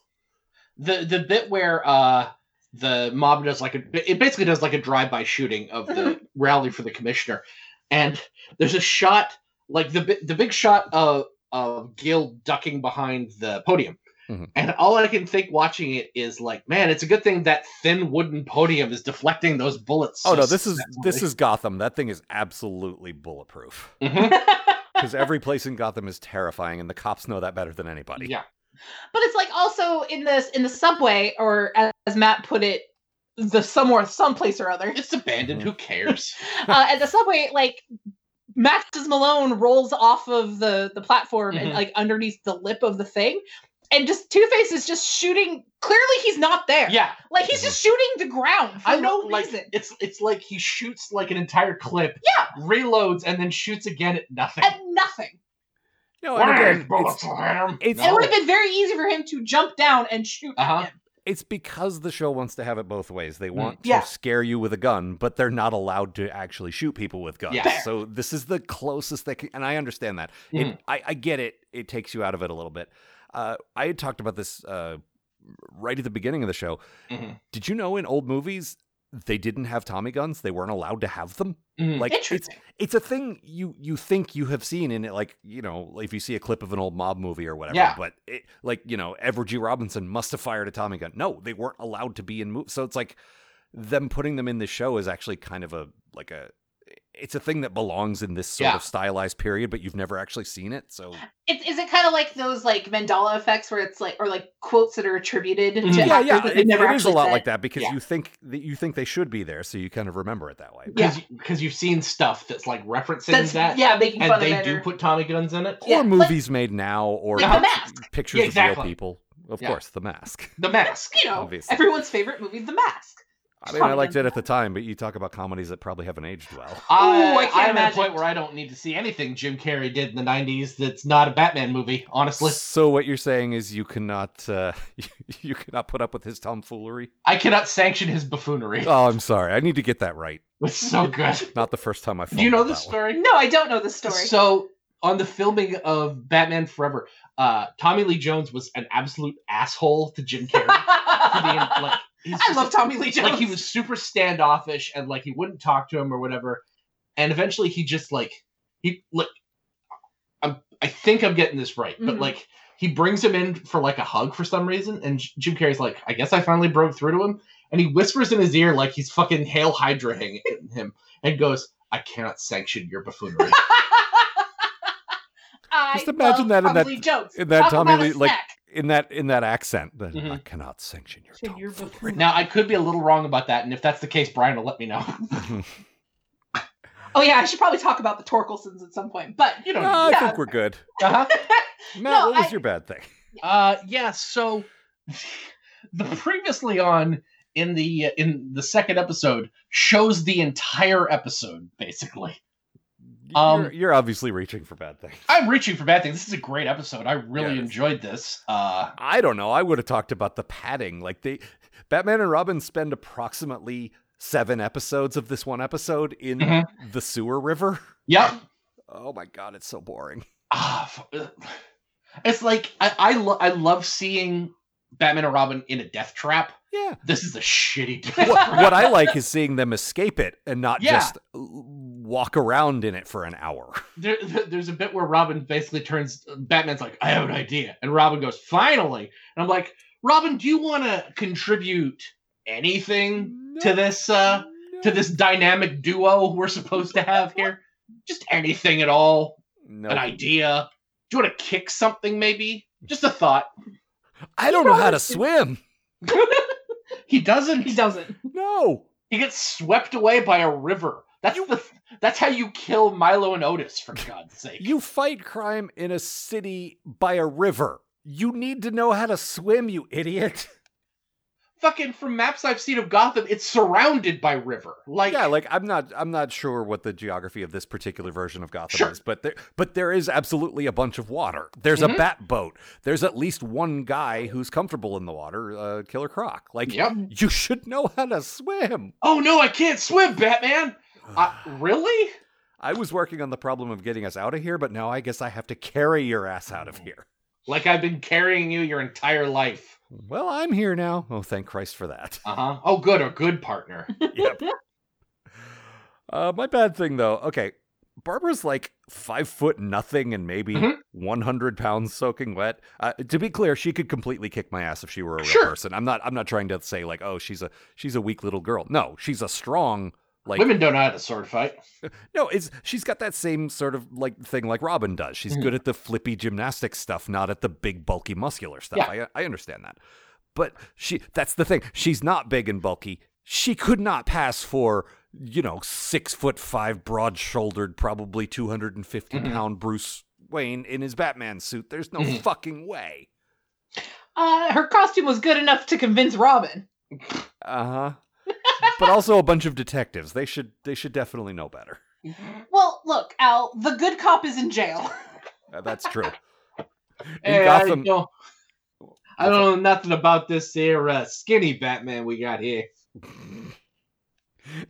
the the bit where uh the mob does like a it basically does like a drive by shooting of the rally for the commissioner, and there's a shot like the bi- the big shot of of Gil ducking behind the podium. Mhm. And all I can think watching it is like, man, it's a good thing that thin wooden podium is deflecting those bullets. Oh so no, this is this successfully. is Gotham. That thing is absolutely bulletproof Mhm. because every place in Gotham is terrifying, and the cops know that better than anybody. yeah, but it's like also in this in the subway or as, as Matt put it, the somewhere someplace or other. it's abandoned. Mm-hmm. Who cares? uh, at the subway, like Max's Malone rolls off of the the platform and Mhm. like underneath the lip of the thing, and just Two Face is just shooting. Clearly, he's not there. yeah, like he's just shooting the ground for I know. no Like reason. it's it's like he shoots like an entire clip. Yeah. reloads and then shoots again at nothing. At nothing. No, Oh, and again, bullets it's, will hit him. it's- It No. would have been very easy for him to jump down and shoot at Uh-huh. him. it's because the show wants to have it both ways. They want Yeah. to scare you with a gun, but they're not allowed to actually shoot people with guns. Yeah. Fair. So this is the closest they can, and I understand that. Mhm. It, I, I get it. It takes you out of it a little bit. Uh, I had talked about this uh, right at the beginning of the show. Mhm. Did you know in old movies they didn't have Tommy guns? They weren't allowed to have them. Mhm. Like it's Interesting. it's a thing you you think you have seen in it like you know if you see a clip of an old mob movie or whatever Yeah. but it, like you know edward g robinson must have fired a tommy gun no they weren't allowed to be in movies so it's like them putting them in this show is actually kind of a like a it's a thing that belongs in this sort Yeah. of stylized period but you've never actually seen it so It, is it kind of like those like mandala effects where it's like or like quotes that are attributed to Mhm. Yeah, actors that they Mm-hmm. it- never it is a actually lot said? like that because Yeah. you think that you think they should be there so you kind of remember it that way Yeah. because because you've seen stuff that's like referencing That's that, yeah, making fun and they of it. do or- put Tommy guns in it. Yeah, or like- movies made now or like The Yeah, Mask. pictures of real exactly. people of Yeah. course the mask The mask. you know, obviously. everyone's favorite movie, The Mask. I mean, I liked it at the time, but you talk about comedies that probably haven't aged well. I, Ooh, I can't I'm at a imagine. point where I don't need to see anything Jim Carrey did in the '90s that's not a Batman movie. Honestly, So what you're saying is you cannot uh, you cannot put up with his tomfoolery. I cannot sanction his buffoonery. Oh, I'm sorry. I need to get that right. It's so good. Not the first time I. Do you know fumbled this that one. story? No, I don't know the story. So on the filming of Batman Forever, uh, Tommy Lee Jones was an absolute asshole to Jim Carrey. for being, like, he's I just love Tommy Lee Jones. like he was super standoffish and like he wouldn't talk to him or whatever and eventually he just like he like i'm i think i'm getting this right but Mhm. like he brings him in for like a hug for some reason and J- jim carrey's like i guess i finally broke through to him and he whispers in his ear like he's fucking hail hydra hang- him and goes I cannot sanction your buffoonery. I Just imagine that in that- probably jokes. in that Talk Tommy about a Lee, like- snack. in that in that accent. Then Mhm. I cannot sanction your Sanction your tomfoolery. now, I could be a little wrong about that, and if that's the case, Brian will let me know. Oh yeah, I should probably talk about the Torkelsons at some point. But You No, don't. I Yeah. think we're good. Uh-huh. Matt, No, what was I- your bad thing? Uh, yeah. So the previously on in the uh, in the second episode shows the entire episode basically. Um, you're, you're obviously reaching for bad things. I'm reaching for bad things. This is a great episode. I really Yes. enjoyed this. Uh, I don't know. I would have talked about the padding. Like they, Batman and Robin spend approximately seven episodes of this one episode in Mhm. the sewer river. yep. Oh my god, it's so boring. Ah, f- it's like I I, lo- I love seeing Batman and Robin in a death trap. Yeah. This is a shitty death What, trap. what I like is seeing them escape it and not Yeah. just walk around in it for an hour. There, there- there's a bit where Robin basically turns Batman's like, I have an idea. And Robin goes, Finally. And I'm like, Robin, do you want to contribute anything to this uh to this dynamic duo we're supposed to have here? Just anything at all? No. An idea? Do you want to kick something maybe? Just a thought. I don't know how to swim. He doesn't he doesn't. No. He gets swept away by a river. That's the that's how you kill Milo and Otis, for God's sake. You fight crime in a city by a river. You need to know how to swim, you idiot. fucking from maps I've seen of Gotham, it's surrounded by river. Like, yeah, like I'm not I'm not sure what the geography of this particular version of Gotham Sure. is, but there but there is absolutely a bunch of water. There's a Mhm. bat boat. There's at least one guy who's comfortable in the water, uh, Killer Croc. Like yep. you should know how to swim. Oh no, I can't swim, Batman. Uh, really? I was working on the problem of getting us out of here, but now I guess I have to carry your ass out Oh. of here. Like I've been carrying you your entire life. Well, I'm here now. Oh, thank Christ for that. Uh huh. Oh, good, a good partner. yep. Uh, my bad thing though. Okay, Barbara's like five foot nothing and maybe Mhm. hundred pounds soaking wet. Uh, to be clear, she could completely kick my ass if she were a real Sure. person. I'm not. I'm not trying to say like, oh, she's a she's a weak little girl. No, she's a strong. Like Women don't know how to sword fight. no, it's she's got that same sort of like thing like Robin does. She's Mhm. good at the flippy gymnastics stuff, not at the big bulky muscular stuff. I I understand that. But she that's the thing. She's not big and bulky. She could not pass for, you know, six foot five, broad shouldered, probably two hundred and fifty Mhm. pound Bruce Wayne in his Batman suit. There's no Mhm. fucking way. Uh, her costume was good enough to convince Robin. Uh-huh. but also a bunch of detectives. They should they should definitely know better. Well, look, Al, the good cop is in jail. Uh, that's true. In Hey, I Gotham, don't, Eh, I don't know nothing about this here uh, skinny Batman we got here.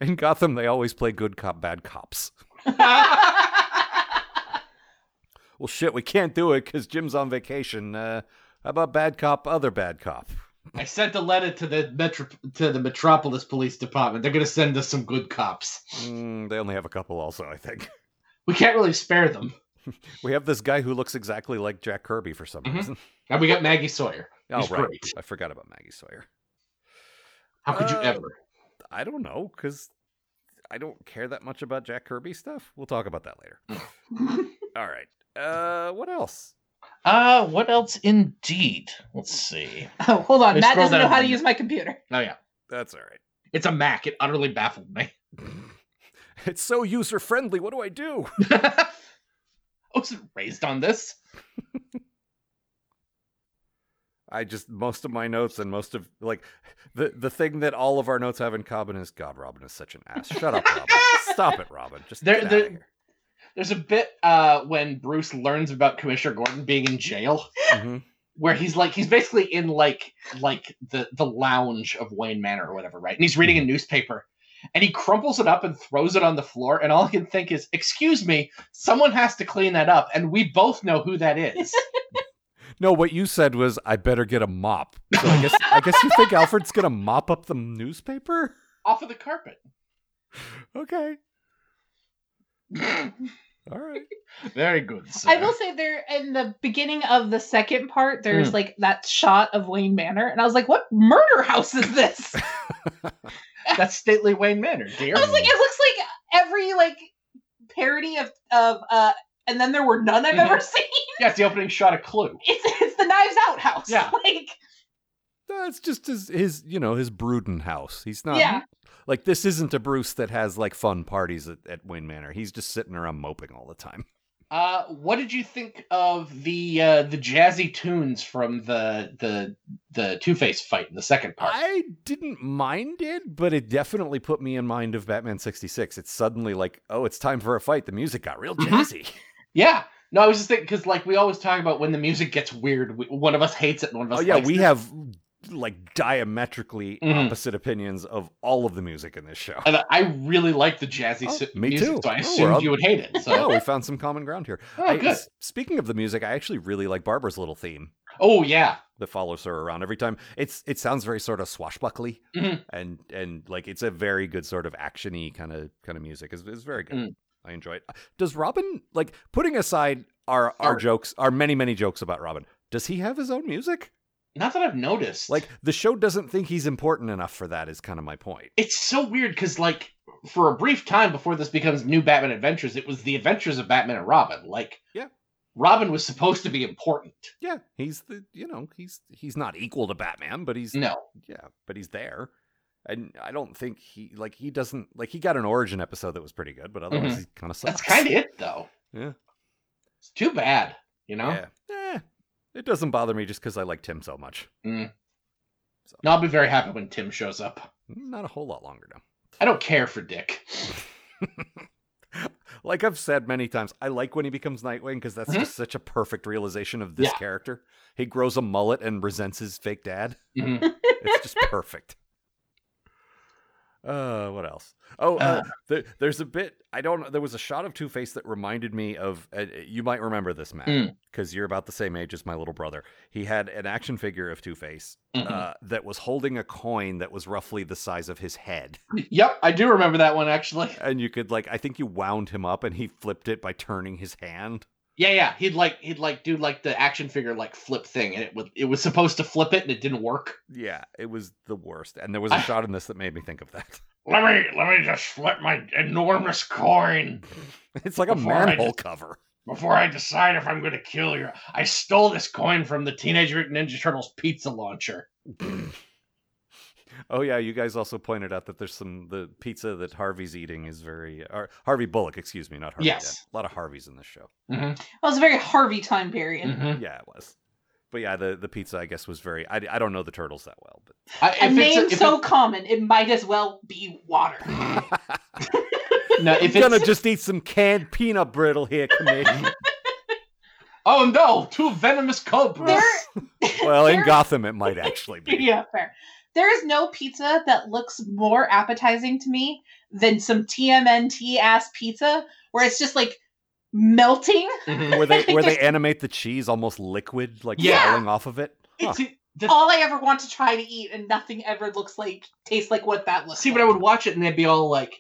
In Gotham, they always play good cop, bad cops. Well, shit, we can't do it because Jim's on vacation. Uh, how about bad cop, other bad cop? I sent a letter to the metro to the Metropolis Police Department. They're gonna send us some good cops. Mm, they only have a couple, also, I think. We can't really spare them. We have this guy who looks exactly like Jack Kirby for some Mhm. reason. And we got Maggie Sawyer. Oh, He's right. great. I forgot about Maggie Sawyer. How could you Uh, ever? I don't know because I don't care that much about Jack Kirby stuff. We'll talk about that Mm. later. All right. Uh, what else? Uh, what else indeed? Let's see. oh, hold on. They Matt scroll doesn't know down how one. to use my computer. Oh yeah. That's all right. It's a Mac. It utterly baffled me. It's so user friendly. What do I do? I wasn't raised on this. I just most of my notes and most of like the the thing that all of our notes have in common is God, Robin is such an ass. Shut up, Robin. Stop it, Robin. Just There- get out there- of here. There's a bit uh when Bruce learns about Commissioner Gordon being in jail. Mhm. where he's like he's basically in like like the the lounge of Wayne Manor or whatever, right? And he's reading a newspaper and he crumples it up and throws it on the floor and all I can think is, "Excuse me, someone has to clean that up." And we both know who that is. No, what you said was I better get a mop. So I guess I guess you think Alfred's gonna mop up the newspaper? off of the carpet. Okay. All right. Very good. Sir. I will say there in the beginning of the second part, Hmm. there's like that shot of Wayne Manor, and I was like, "What murder house is this?" That's stately Wayne Manor, dear. Oh, I was like, "It looks like every like parody of of uh, and then there were none I've ever Mhm. seen. Yeah, it's the opening shot of Clue. It's it's the Knives Out house. Yeah. like That's just his, his, you know, his Bruden house. He's Uh-huh. not Yeah. like this. Isn't a Bruce that has like fun parties at, at Wayne Manor. He's just sitting around moping all the time. Uh, what did you think of the uh, the jazzy tunes from the the the Two Face fight in the second part? I didn't mind it, but it definitely put me in mind of Batman sixty six. It's suddenly like, oh, it's time for a fight. The music got real Mhm. jazzy. Yeah. No, I was just thinking because like we always talk about when the music gets weird, we, one of us hates it and one of us. oh yeah, likes we it. have like diametrically Mhm. opposite opinions of all of the music in this show. And I- I really like the jazzy Oh, su- me music, too. so I Oh, assumed we're all- you would hate it. So Yeah, we found some common ground here. oh, I- good. s- speaking of the music, I actually really like Barbara's little theme. Oh yeah, that follows her around every time. It's it sounds very sort of swashbuckly, Mhm. and and like it's a very good sort of actiony kind of kind of music. It's, it's very good. Mm. I enjoy it. Does Robin like putting aside our our Art. jokes, our many many jokes about Robin? Does he have his own music? not that I've noticed. Like the show doesn't think he's important enough for that. Is kind of my point. it's so weird because like for a brief time before this becomes New Batman Adventures, it was the Adventures of Batman and Robin. Like Yeah. Robin was supposed to be important. Yeah, he's the you know he's he's not equal to Batman, but he's No, yeah, but he's there. And I don't think he like he doesn't like he got an origin episode that was pretty good, but otherwise he kind of Mm-hmm. that's sucks. kind of it though. Yeah. It's too bad, you know. Yeah. Eh, it doesn't bother me just because I like Tim so much. Mm. No, I'll be very happy when Tim shows up. Not a whole lot longer now. I don't care for Dick. Like I've said many times, I like when he becomes Nightwing because that's Mhm. just such a perfect realization of this Yeah. character. He grows a mullet and resents his fake dad. Mhm. It's just perfect. Uh, what else? Oh, uh, there, there's a bit. I don't. There was a shot of Two Face that reminded me of. Uh, you might remember this, Matt, Mm. because you're about the same age as my little brother. He had an action figure of Two Face Mhm. uh, that was holding a coin that was roughly the size of his head, Yep, I do remember that one actually. and you could like. I think you wound him up, and he flipped it by turning his hand. Yeah, yeah. He'd like he'd like do like the action figure like flip thing, and it would it was supposed to flip it, and it didn't work. Yeah, it was the worst. And there was a shot in this that made me think of that. Let me let me just flip my enormous coin It's like a Before I manhole just- cover. before I decide if I'm gonna kill you. I stole this coin from the Teenage Mutant Ninja Turtles pizza launcher. Oh yeah, you guys also pointed out that there's some the pizza that Harvey's eating is very or Harvey Bullock, excuse me, not Harvey. Yes. Dent. a lot of Harveys in this show. Mm-hmm. that was a very Harvey time period. Mm. Yeah, it was. But yeah, the the pizza I guess was very. I, I don't know the turtles that well, I, A if name it's, if so common, it might as well be water. but it- no, I'm if gonna it's just eat some canned peanut brittle here, Commish. oh no, two venomous cobras. There, well, in There- Gotham it might actually be. yeah, fair. There is no pizza that looks more appetizing to me than some TMNT ass pizza where it's just like melting. Mhm. Where they where they animate the cheese almost liquid, like Yeah. falling off of it. Huh. See, the- All I ever want to try to eat, and nothing ever looks like tastes like what that looks. See, like. but I would watch it and they'd be all like,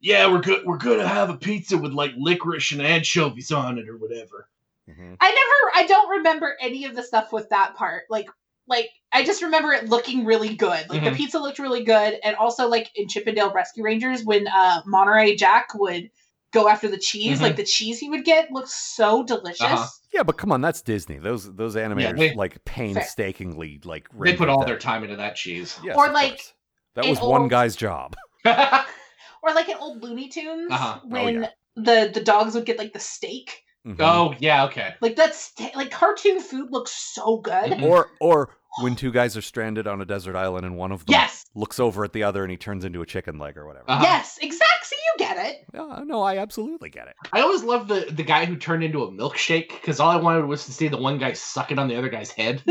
"Yeah, we're good. We're gonna have a pizza with like licorice and anchovies on it, or whatever." Mhm. I never I don't remember any of the stuff with that part. Like like I just remember it looking really good. Like Mhm. the pizza looked really good and also like in Chippendale Rescue Rangers when uh Monterey Jack would go after the cheese, Mhm. like the cheese he would get looked so delicious. Uh-huh. Yeah, but come on, that's Disney. Those those animators they- like painstakingly like they put rendered all that. their time into that cheese. Yes, Or, of like, course. that an was one old- guy's job. Or like in old Looney Tunes Uh-huh. Oh, when yeah. the the dogs would get like the steak. Mhm. oh yeah, okay. Like that's like cartoon food looks so good. Mhm. Mm-hmm. Or or when two guys are stranded on a desert island and one of them Yes. looks over at the other and he turns into a chicken leg or whatever. Uh-huh. Yes, exactly. You get it. Yeah, no, I absolutely get it. I always loved the the guy who turned into a milkshake because all I wanted was to see the one guy suck it on the other guy's head.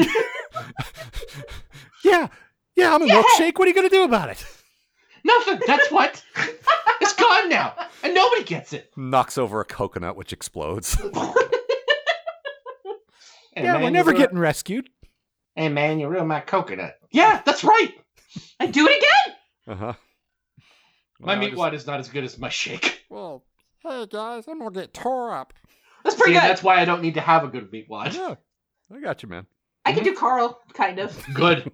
yeah. Yeah, I'm a Yeah. milkshake. What are you going to do about it? Nothing. That's what. it's gone now, and nobody gets it. Knocks over a coconut which explodes. Hey, yeah, man, we're you never ruined- getting rescued. Hey man, you ruined my coconut. Yeah, that's right. I do it again. Uh-huh. My Well, meat just- wad is not as good as my shake. Well, hey guys, I'm going to get tore up. That's pretty See, good. That's why I don't need to have a good meat wad. Yeah. I got you, man. I mm-hmm. can do Carl, kind of. Good.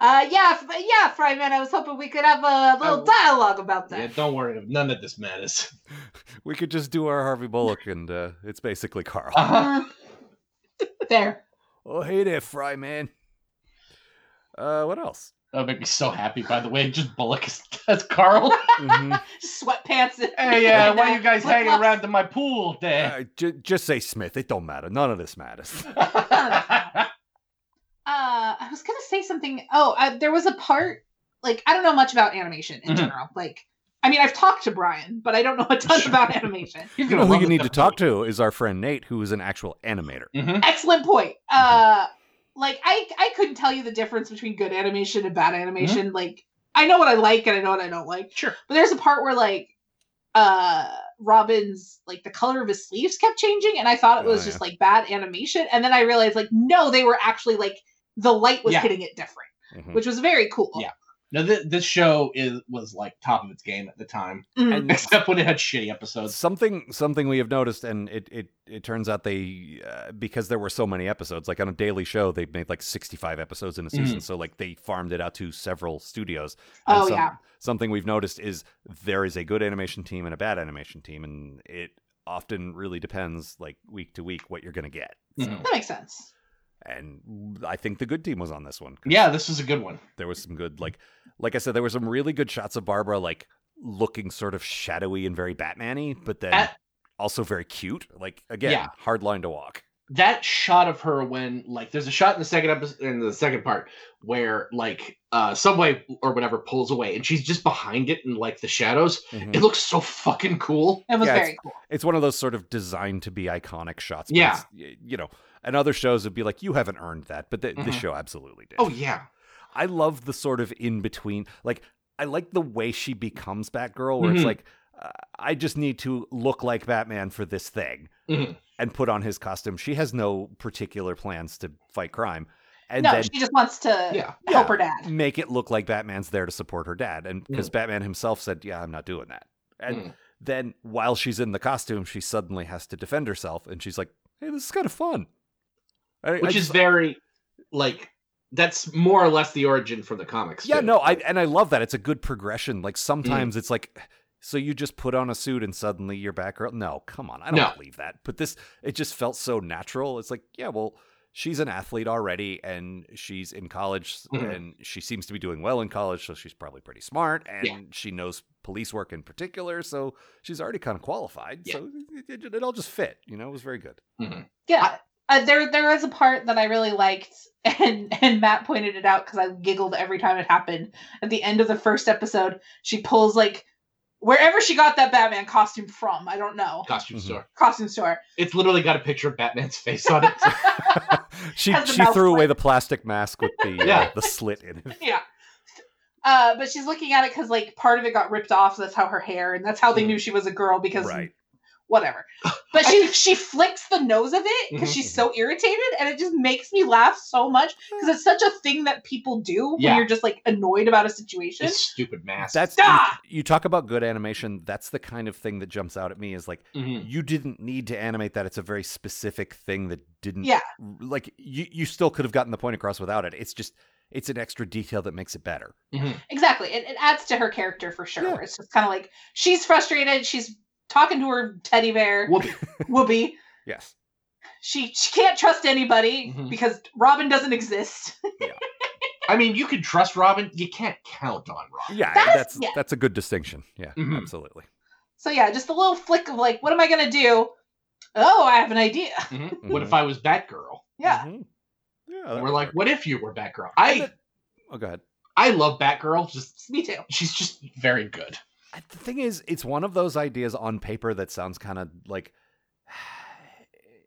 Uh, yeah, f- yeah, Fryman. I was hoping we could have a little Oh. dialogue about that. yeah, don't worry. None of this matters. We could just do our Harvey Bullock, and uh, it's basically Carl. Uh-huh. Mm. there. Oh, hey there, Fry Man. Uh, what else? That would make me so happy, by the way. Just Bullock as, as Carl. Mhm. Sweatpants. and- hey, yeah, and, why uh, you guys hanging flip-flops. around in my pool there? Uh, ju- just say Smith. It don't matter. None of this matters. Uh, I was gonna say something. Oh, uh, there was a part. Like, I don't know much about animation in Mhm. general. Like, I mean, I've talked to Brian, but I don't know a ton about animation. He's You know who you need to talk to is our friend Nate, who is an actual animator. Mm-hmm. Excellent point. Uh, like, I I couldn't tell you the difference between good animation and bad animation. Like, I know what I like and I know what I don't like. Sure. But there's a part where like uh Robin's like the color of his sleeves kept changing and I thought it Oh, was yeah. just like bad animation and then I realized like no they were actually like the light was Yeah. hitting it different Mhm. which was very cool. Yeah. No, th- this show is was like top of its game at the time, Mhm. And except when it had shitty episodes. Uh, something something we have noticed, and it it, it turns out they uh, because there were so many episodes, like on a daily show, they made like sixty five episodes in a season, so like they farmed it out to several studios. And Mm. oh some- yeah. something we've noticed is there is a good animation team and a bad animation team, and it often really depends like week to week what you're gonna get. So- Mhm. That makes sense. and I think the good team was on this one. 'cause Yeah, this was a good one. there was some good like like I said, there were some really good shots of Barbara like looking sort of shadowy and very Batman-y, but then At- also very cute. Like again, Yeah. hard line to walk. that shot of her when like there's a shot in the second episode in the second part where like uh subway or whatever pulls away and she's just behind it in like the shadows it looks so fucking cool It was Yeah, very cool. Mm-hmm. It's one of those sort of designed to be iconic shots. but Yeah. it's- y- you know, and other shows would be like, you haven't earned that, but th- this Mhm. show absolutely did. oh yeah I love the sort of in between. Like, I like the way she becomes Batgirl, where Mhm. it's like, uh, I just need to look like Batman for this thing Mhm. and put on his costume. She has no particular plans to fight crime. And no, then she just wants to yeah help yeah, Mm. her dad. make it look like Batman's there to support her dad. Mm-hmm. And because Batman himself said, Yeah, I'm not doing that. And Mhm. then while she's in the costume, she suddenly has to defend herself. And she's like, Hey, this is kind of fun. I- I which is just- very like that's more or less the origin from the comics Yeah, too. no, I and I love that. It's a good progression. Like sometimes it's like so you just put on a suit and suddenly you're Batgirl. No, come on. I don't No. believe that. But this it just felt so natural. It's like, yeah, well, she's an athlete already and she's in college Mhm. and she seems to be doing well in college, so she's probably pretty smart and Yeah. she knows police work in particular, so she's already kind of qualified. Yeah. So it, it, it all just fit, you know. It was very good. Yeah. Uh, there there was a part that I really liked and and Matt pointed it out cuz I giggled every time it happened. At the end of the first episode, she pulls like wherever she got that Batman costume from, I don't know. costume Mhm. store Costume store. it's literally got a picture of batman's face on it she Has the she mouth threw away flap. the plastic mask with the uh, Yeah. the slit in it. yeah. Uh, but she's looking at it because like part of it got ripped off. That's how her hair, and that's how they Mhm. knew she was a girl because Mm. Right. whatever. But she she flicks the nose of it because Mhm, she's so irritated, and it just makes me laugh so much because it's such a thing that people do when Yeah. you're just like annoyed about a situation. this stupid mask That's Ah! you, you talk about good animation. That's the kind of thing that jumps out at me is like Mhm. you didn't need to animate that. It's a very specific thing that didn't. Yeah. Like you, you still could have gotten the point across without it. It's just it's an extra detail that makes it better. Exactly, it, it adds to her character for sure. Yeah. where It's just kind of like she's frustrated. She's talking to her teddy bear, Whoopee. Whoopi. Yes. She she can't trust anybody Mhm. because Robin doesn't exist. i mean you can trust robin you can't count on robin Yeah. That's- That's yeah. that's a good distinction. Yeah. Mhm. Absolutely. So yeah, just a little flick of like, what am I gonna do? Oh, I have an idea. Mhm. what if i was batgirl Yeah. Mhm. Mm-hmm. Yeah. that we're would like work. what if you were batgirl i Oh, go ahead. I love Batgirl. Just Me too. she's just very good. I- The thing is, it's one of those ideas on paper that sounds kind of like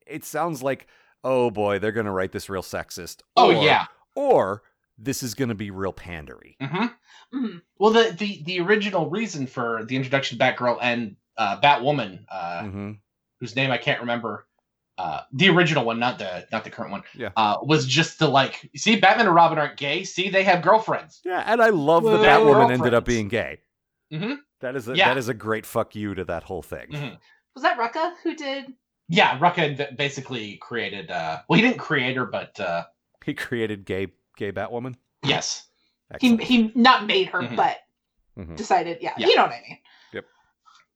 it sounds like, oh boy, they're gonna write this real sexist. Oh or- yeah. or this is going to be real pandery. hmm Mm. Well, the, the the original reason for the introduction of Batgirl and uh, Batwoman, uh, Mm-hmm. whose name I can't remember, uh, the original one, not the not the current one, Yeah. uh, was just to like see Batman and Robin aren't gay. See, they have girlfriends. Yeah, and I love that Well, Batwoman ended up girlfriends. being gay. Mhm. That is a, Yeah. that is a great fuck you to that whole thing. Mhm. Was that Rucka who did? Yeah, Rucka inv- basically created. Uh, well, he didn't create her, but uh, He created gay gay Batwoman. Yes. He Excellent. he not made her, Mhm. but Mhm. decided. Yeah, Yeah. you know what I mean. Yep.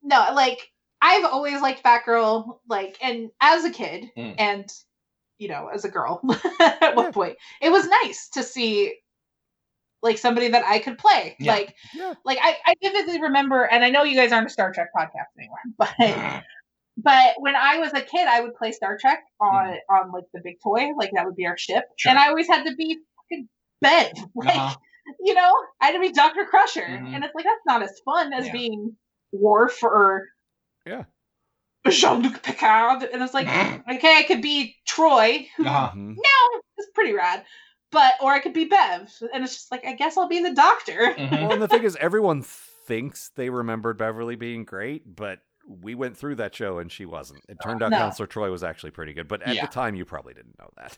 No, like I've always liked Batgirl, like, and as a kid, Mm. and you know, as a girl, at one Yeah. point, it was nice to see like somebody that I could play. Yeah. Like, Yeah. like I, I vividly remember, and I know you guys aren't a Star Trek podcast anymore, Mm-hmm. but Uh-huh. but when I was a kid, I would play Star Trek on on like the big toy, like that would be our ship, Sure. and I always had to be fucking Bev, like Uh-huh. you know, I had to be Dr. Crusher. Mhm. And it's like, that's not as fun as Yeah. being Worf or Yeah. Jean Luc Picard. And it's like, okay, I could be Troy, who Uh-huh. Mhm. now is pretty rad, but, or I could be Bev. And it's just like, I guess I'll be the doctor. Mhm. Well, and the thing is, everyone thinks they remembered Beverly being great, but we went through that show and she wasn't. It turned out No. Counselor Troy was actually pretty good, but at Yeah. the time you probably didn't know that.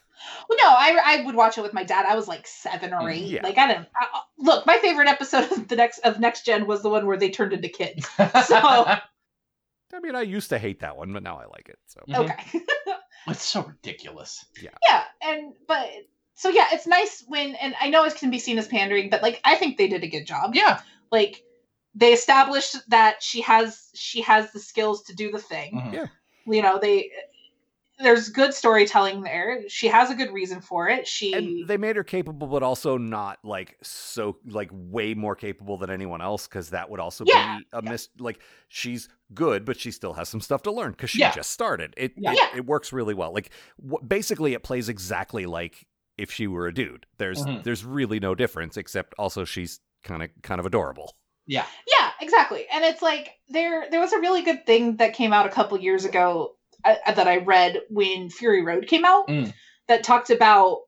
Well, no, I, I would watch it with my dad. I was like seven or Mm, eight. yeah. Like, I didn't. I, I- look, my favorite episode of the next of Next Gen was the one where they turned into kids. So- I mean, I used to hate that one, but now I like it. So Mhm. Okay. It's so ridiculous. Yeah, and but so yeah, it's nice when and I know it can be seen as pandering, but like I think they did a good job. Yeah. Like they established that she has she has the skills to do the thing. Mhm. You know, they there's good storytelling there. She has a good reason for it. She and they made her capable, but also not like so like way more capable than anyone else because that would also Yeah. be a miss. Like she's good, but she still has some stuff to learn because she Yeah. just started. It, Yeah. it Yeah. it works really well. Like w- basically, it plays exactly like if she were a dude. There's Mm-hmm. Mhm. there's really no difference except also she's kind of kind of adorable. Yeah. Yeah, exactly. And it's like there there was a really good thing that came out a couple years ago uh, that I read when Fury Road came out Mm. that talked about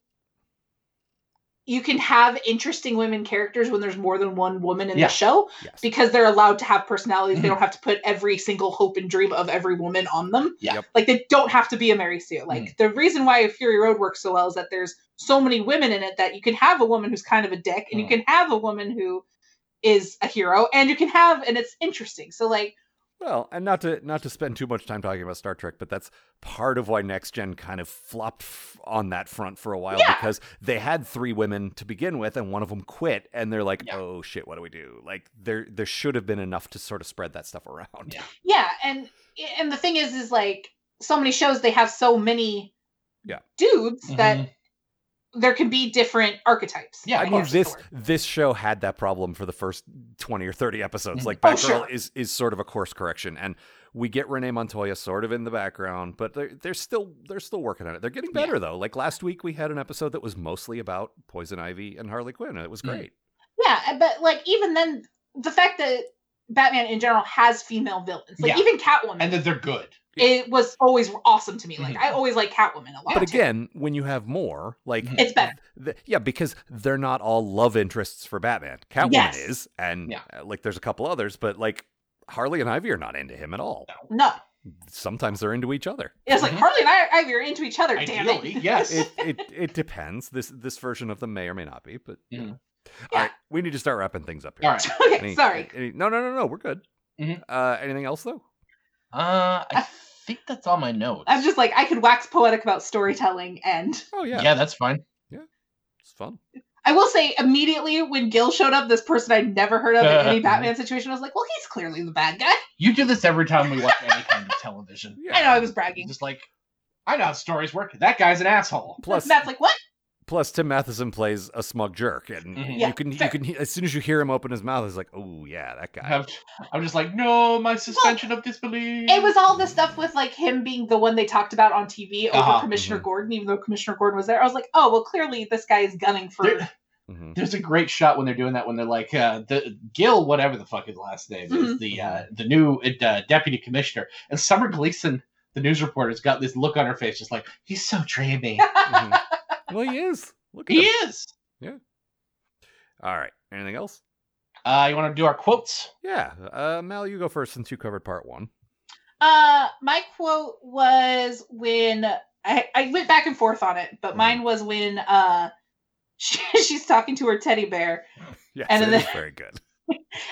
you can have interesting women characters when there's more than one woman in Yeah. the show Yes. because they're allowed to have personalities. They Mhm. don't have to put every single hope and dream of every woman on them. Yeah. Mm. Yep. Like they don't have to be a Mary Sue. Like the reason why Fury Road works so well is that there's so many women in it that you can have a woman who's kind of a dick and Mhm. you can have a woman who is a hero and you can have and it's interesting. So like Well, and not to not to spend too much time talking about Star Trek, but that's part of why Next Gen kind of flopped f- on that front for a while Yeah. because they had three women to begin with, and one of them quit, and they're like, Yeah. "Oh shit, what do we do?" Like there there should have been enough to sort of spread that stuff around. Yeah. yeah, and and the thing is is like so many shows they have so many Yeah. dudes that Mhm. there can be different archetypes. Yeah, I I guess mean is the this word. this show had that problem for the first twenty or thirty episodes. Mhm. Like Oh, Batgirl sure. is is sort of a course correction, and we get Renee Montoya sort of in the background, but they're they're still they're still working on it. They're getting Yeah. better though. Like last week, we had an episode that was mostly about Poison Ivy and Harley Quinn, and it was Mm-hmm. Mhm. great. Yeah, but like even then the fact that Batman in general has female villains. Like Yeah. even Catwoman And that they're good. it was always awesome to me. Like Mhm. I always like Catwoman a But lot. too. Mm-hmm. again, when you have more, like Mhm. it's better. th- yeah, because they're not all love interests for Batman. Catwoman Yes. is, and Yeah. uh, like there's a couple others, but like Harley and Ivy are not into him at all. Mm-hmm. No, Sometimes they're into each other. it's like Mhm. Harley and I, Ivy are into each other. damn it. Ideally, yes. It it it depends. This this version of them may or may not be, but you Mhm. know. Yeah. all right, we need to start wrapping things up here. All right. okay, Any- sorry. any- no, no, no, no. We're good. Mhm. Uh, anything else though? Uh, I think that's all my notes. I was just like I could wax poetic about storytelling, and Oh yeah, yeah. that's fine. it's fun. I will say immediately when Gil showed up, this person I'd never heard of in any Mhm. Batman situation, I was like, well, he's clearly the bad guy. You do this every time we watch any kind of television. Yeah. I know I was You're bragging. Just like, I know how stories work. That guy's an asshole. Plus, Matt's like, what? plus Tim Matheson plays a smug jerk, and Mhm. Yeah, you can fair. you can he- as soon as you hear him open his mouth, it's like, oh yeah, that guy. I'm, I'm just like, no, my suspension of disbelief. It was all the stuff with like him being the one they talked about on TV over Uh-huh, Commissioner Gordon, even though Commissioner Gordon was there. I was like, oh well, clearly this guy is gunning for. There- Mhm. There's a great shot when they're doing that when they're like uh, the Gil, whatever the fuck his last name is, Mhm. the uh, the new uh, deputy commissioner, and Summer Gleason, the news reporter's got this look on her face, just like he's so dreamy. Mhm. well, he is. Look at he him. is. All right. Anything else? Uh, you want to do our quotes? Yeah. Uh, Mal, you go first since you covered part one. Uh, my quote was when I, I went back and forth on it, Mm-hmm. but mine was when uh she, she's talking to her teddy bear, Yes, And it then- is very good.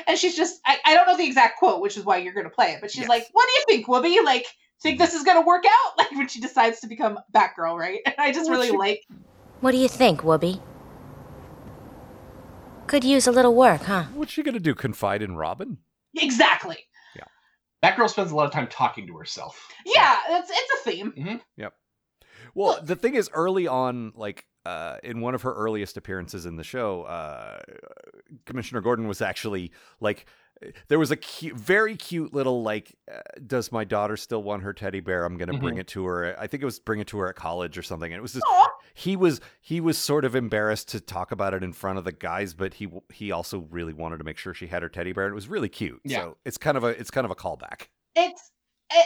and she's just I, I don't know the exact quote, which is why you're gonna play it, but she's Yes. like, "What do you think, Whoopi? Like, think this is gonna work out?" Like when she decides to become Batgirl, right? And I just Well, really she- like What do you think, Whoopi? Could use a little work, huh? What's she gonna do? Confide in Robin? Exactly. Batgirl spends a lot of time talking to herself. Yeah, it's it's a theme. Well, the thing is, early on, like uh, in one of her earliest appearances in the show, uh, Commissioner Gordon was actually like, there was a cute, very cute little like, uh, does my daughter still want her teddy bear? I'm gonna bring it to her. I think it was bring it to her at college or something. And it was just Aw. he was he was sort of embarrassed to talk about it in front of the guys, but he he also really wanted to make sure she had her teddy bear, and it was really cute. Yeah. So it's kind of a it's kind of a callback. It's it-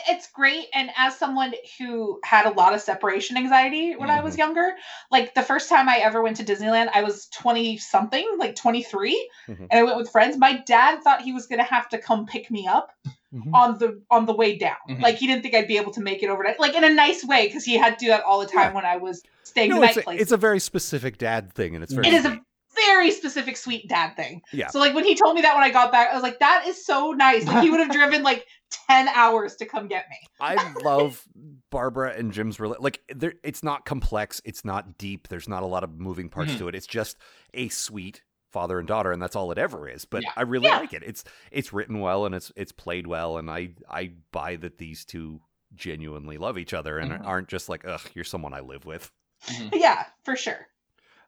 it's great and as someone who had a lot of separation anxiety when I was Mm-hmm. younger, like the first time I ever went to Disneyland, I was 20 something, like 23, Mhm. and I went with friends. My dad thought he was going to have to come pick me up Mm-hmm. on the on the way down. Mhm. Like he didn't think I'd be able to make it overnight. Like in a nice way because he had to do that all the time when I was staying No, the it's night a, place. it's a very specific dad thing, and it's very It is sweet. a very specific sweet dad thing. Yeah. So like when he told me that when I got back, I was like, that is so nice. Like he would have driven like 10 hours to come get me. I love Barbara and Jim's rela- like there it's not complex, it's not deep, there's not a lot of moving parts Mhm. to it. It's just a sweet father and daughter and that's all it ever is. But Yeah. I really Yeah. like it. It's it's written well and it's it's played well and I I buy that these two genuinely love each other and Mhm. aren't just like ugh, you're someone I live with. Yeah, for sure.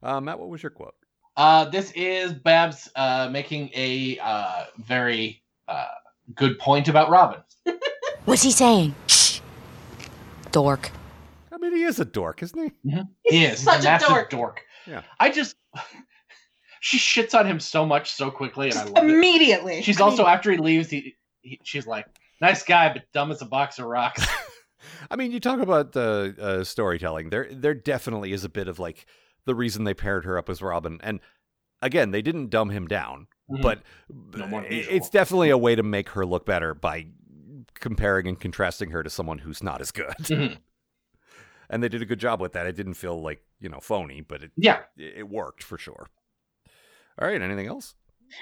Uh, Matt, what was your quote? Uh, this is Babs uh, making a uh, very uh, good point about Robin. What's he saying? Shh. Dork. I mean, he is a dork, isn't he? He is. He's such a a massive dork. dork. Yeah. I just she shits on him so much so quickly, and I Just love it. immediately. She's I also mean, after he leaves, he, he she's like, "Nice guy, but dumb as a box of rocks." I mean, you talk about the uh, storytelling. There, there definitely is a bit of like the reason they paired her up with Robin, and again, they didn't dumb him down, Mhm. but No more i- visual. it's definitely a way to make her look better by comparing and contrasting her to someone who's not as good. Mhm. And they did a good job with that. It didn't feel like you know phony, but it yeah. it worked for sure. All right, anything else?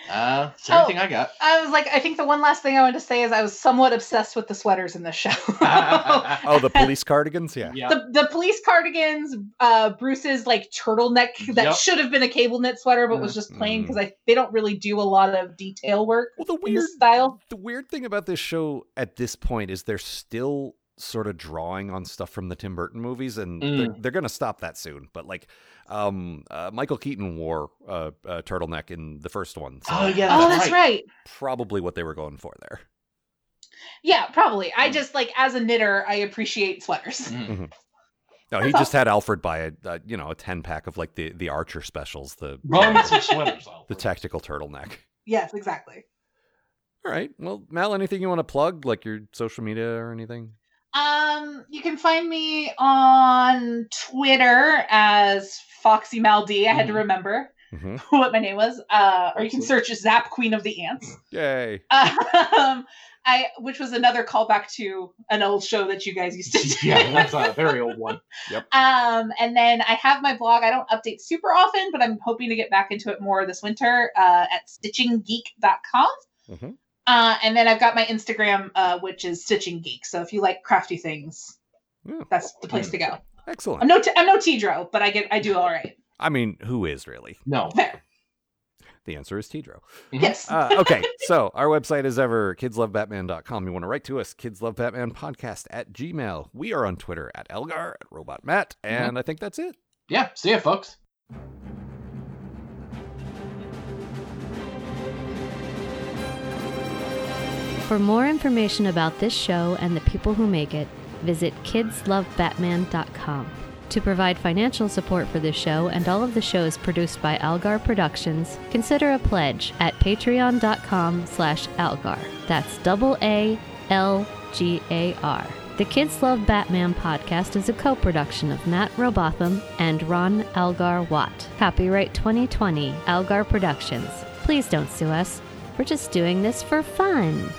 Uh, it's Oh. everything I got. I was like, I think the one last thing I wanted to say is I was somewhat obsessed with the sweaters in this show. Ah, the, Oh, the police cardigans, yeah. yeah. the police cardigans, uh, Bruce's like turtleneck that Yep. should have been a cable knit sweater, but was just Mm. plain because I they don't really do a lot of detail work Well, the in weird this style. the weird thing about this show at this point is they're still sort of drawing on stuff from the Tim Burton movies, and they're, they're going to stop that soon. But like, um, uh, Michael Keaton wore uh, a turtleneck in the first one, so Oh yeah. Oh, that's right. probably what they were going for there. Yeah, probably. Mm. I just like as a knitter, I appreciate sweaters. Mhm. No, he just had Alfred buy a, a you know a ten pack of like the the Archer specials, the Buns and sweaters. I'll- the tactical turtleneck. Yes, exactly. All right, well, Mal, anything you want to plug, like your social media or anything? Um, you can find me on Twitter as Foxy Maldi. I had to Mhm. remember Mm-hmm. what my name was. Uh, or you can search Zap Queen of the Ants. Yay! Um, I which was another callback to an old show that you guys used to do. yeah, that's a very old one. Um, and then I have my blog. I don't update super often, but I'm hoping to get back into it more this winter uh, at stitchinggeek.com. Mhm. Uh, and then I've got my Instagram, uh, which is Stitching Geek. So if you like crafty things, Yeah. that's the place to go. Excellent. I'm no t- I'm no Tidro, but I get I do all right. I mean, who is really? No. Fair. The answer is Tidro. Mhm. Yes. uh, okay, so our website is ever kidslovebatman.com. You want to write to us, kidslovebatmanpodcast at gmail. We are on Twitter at Elgar, at Robot Matt, and I think that's it. Yeah. See ya, folks. For more information about this show and the people who make it, visit kidslovebatman.com. To provide financial support for this show and all of the shows produced by Algar Productions, consider a pledge at patreon.com slash Algar. That's double A L G A R. The Kids Love Batman podcast is a co production of Matt Robotham and Ron Algar Watt. Copyright 2020, Algar Productions. Please don't sue us. We're just doing this for fun.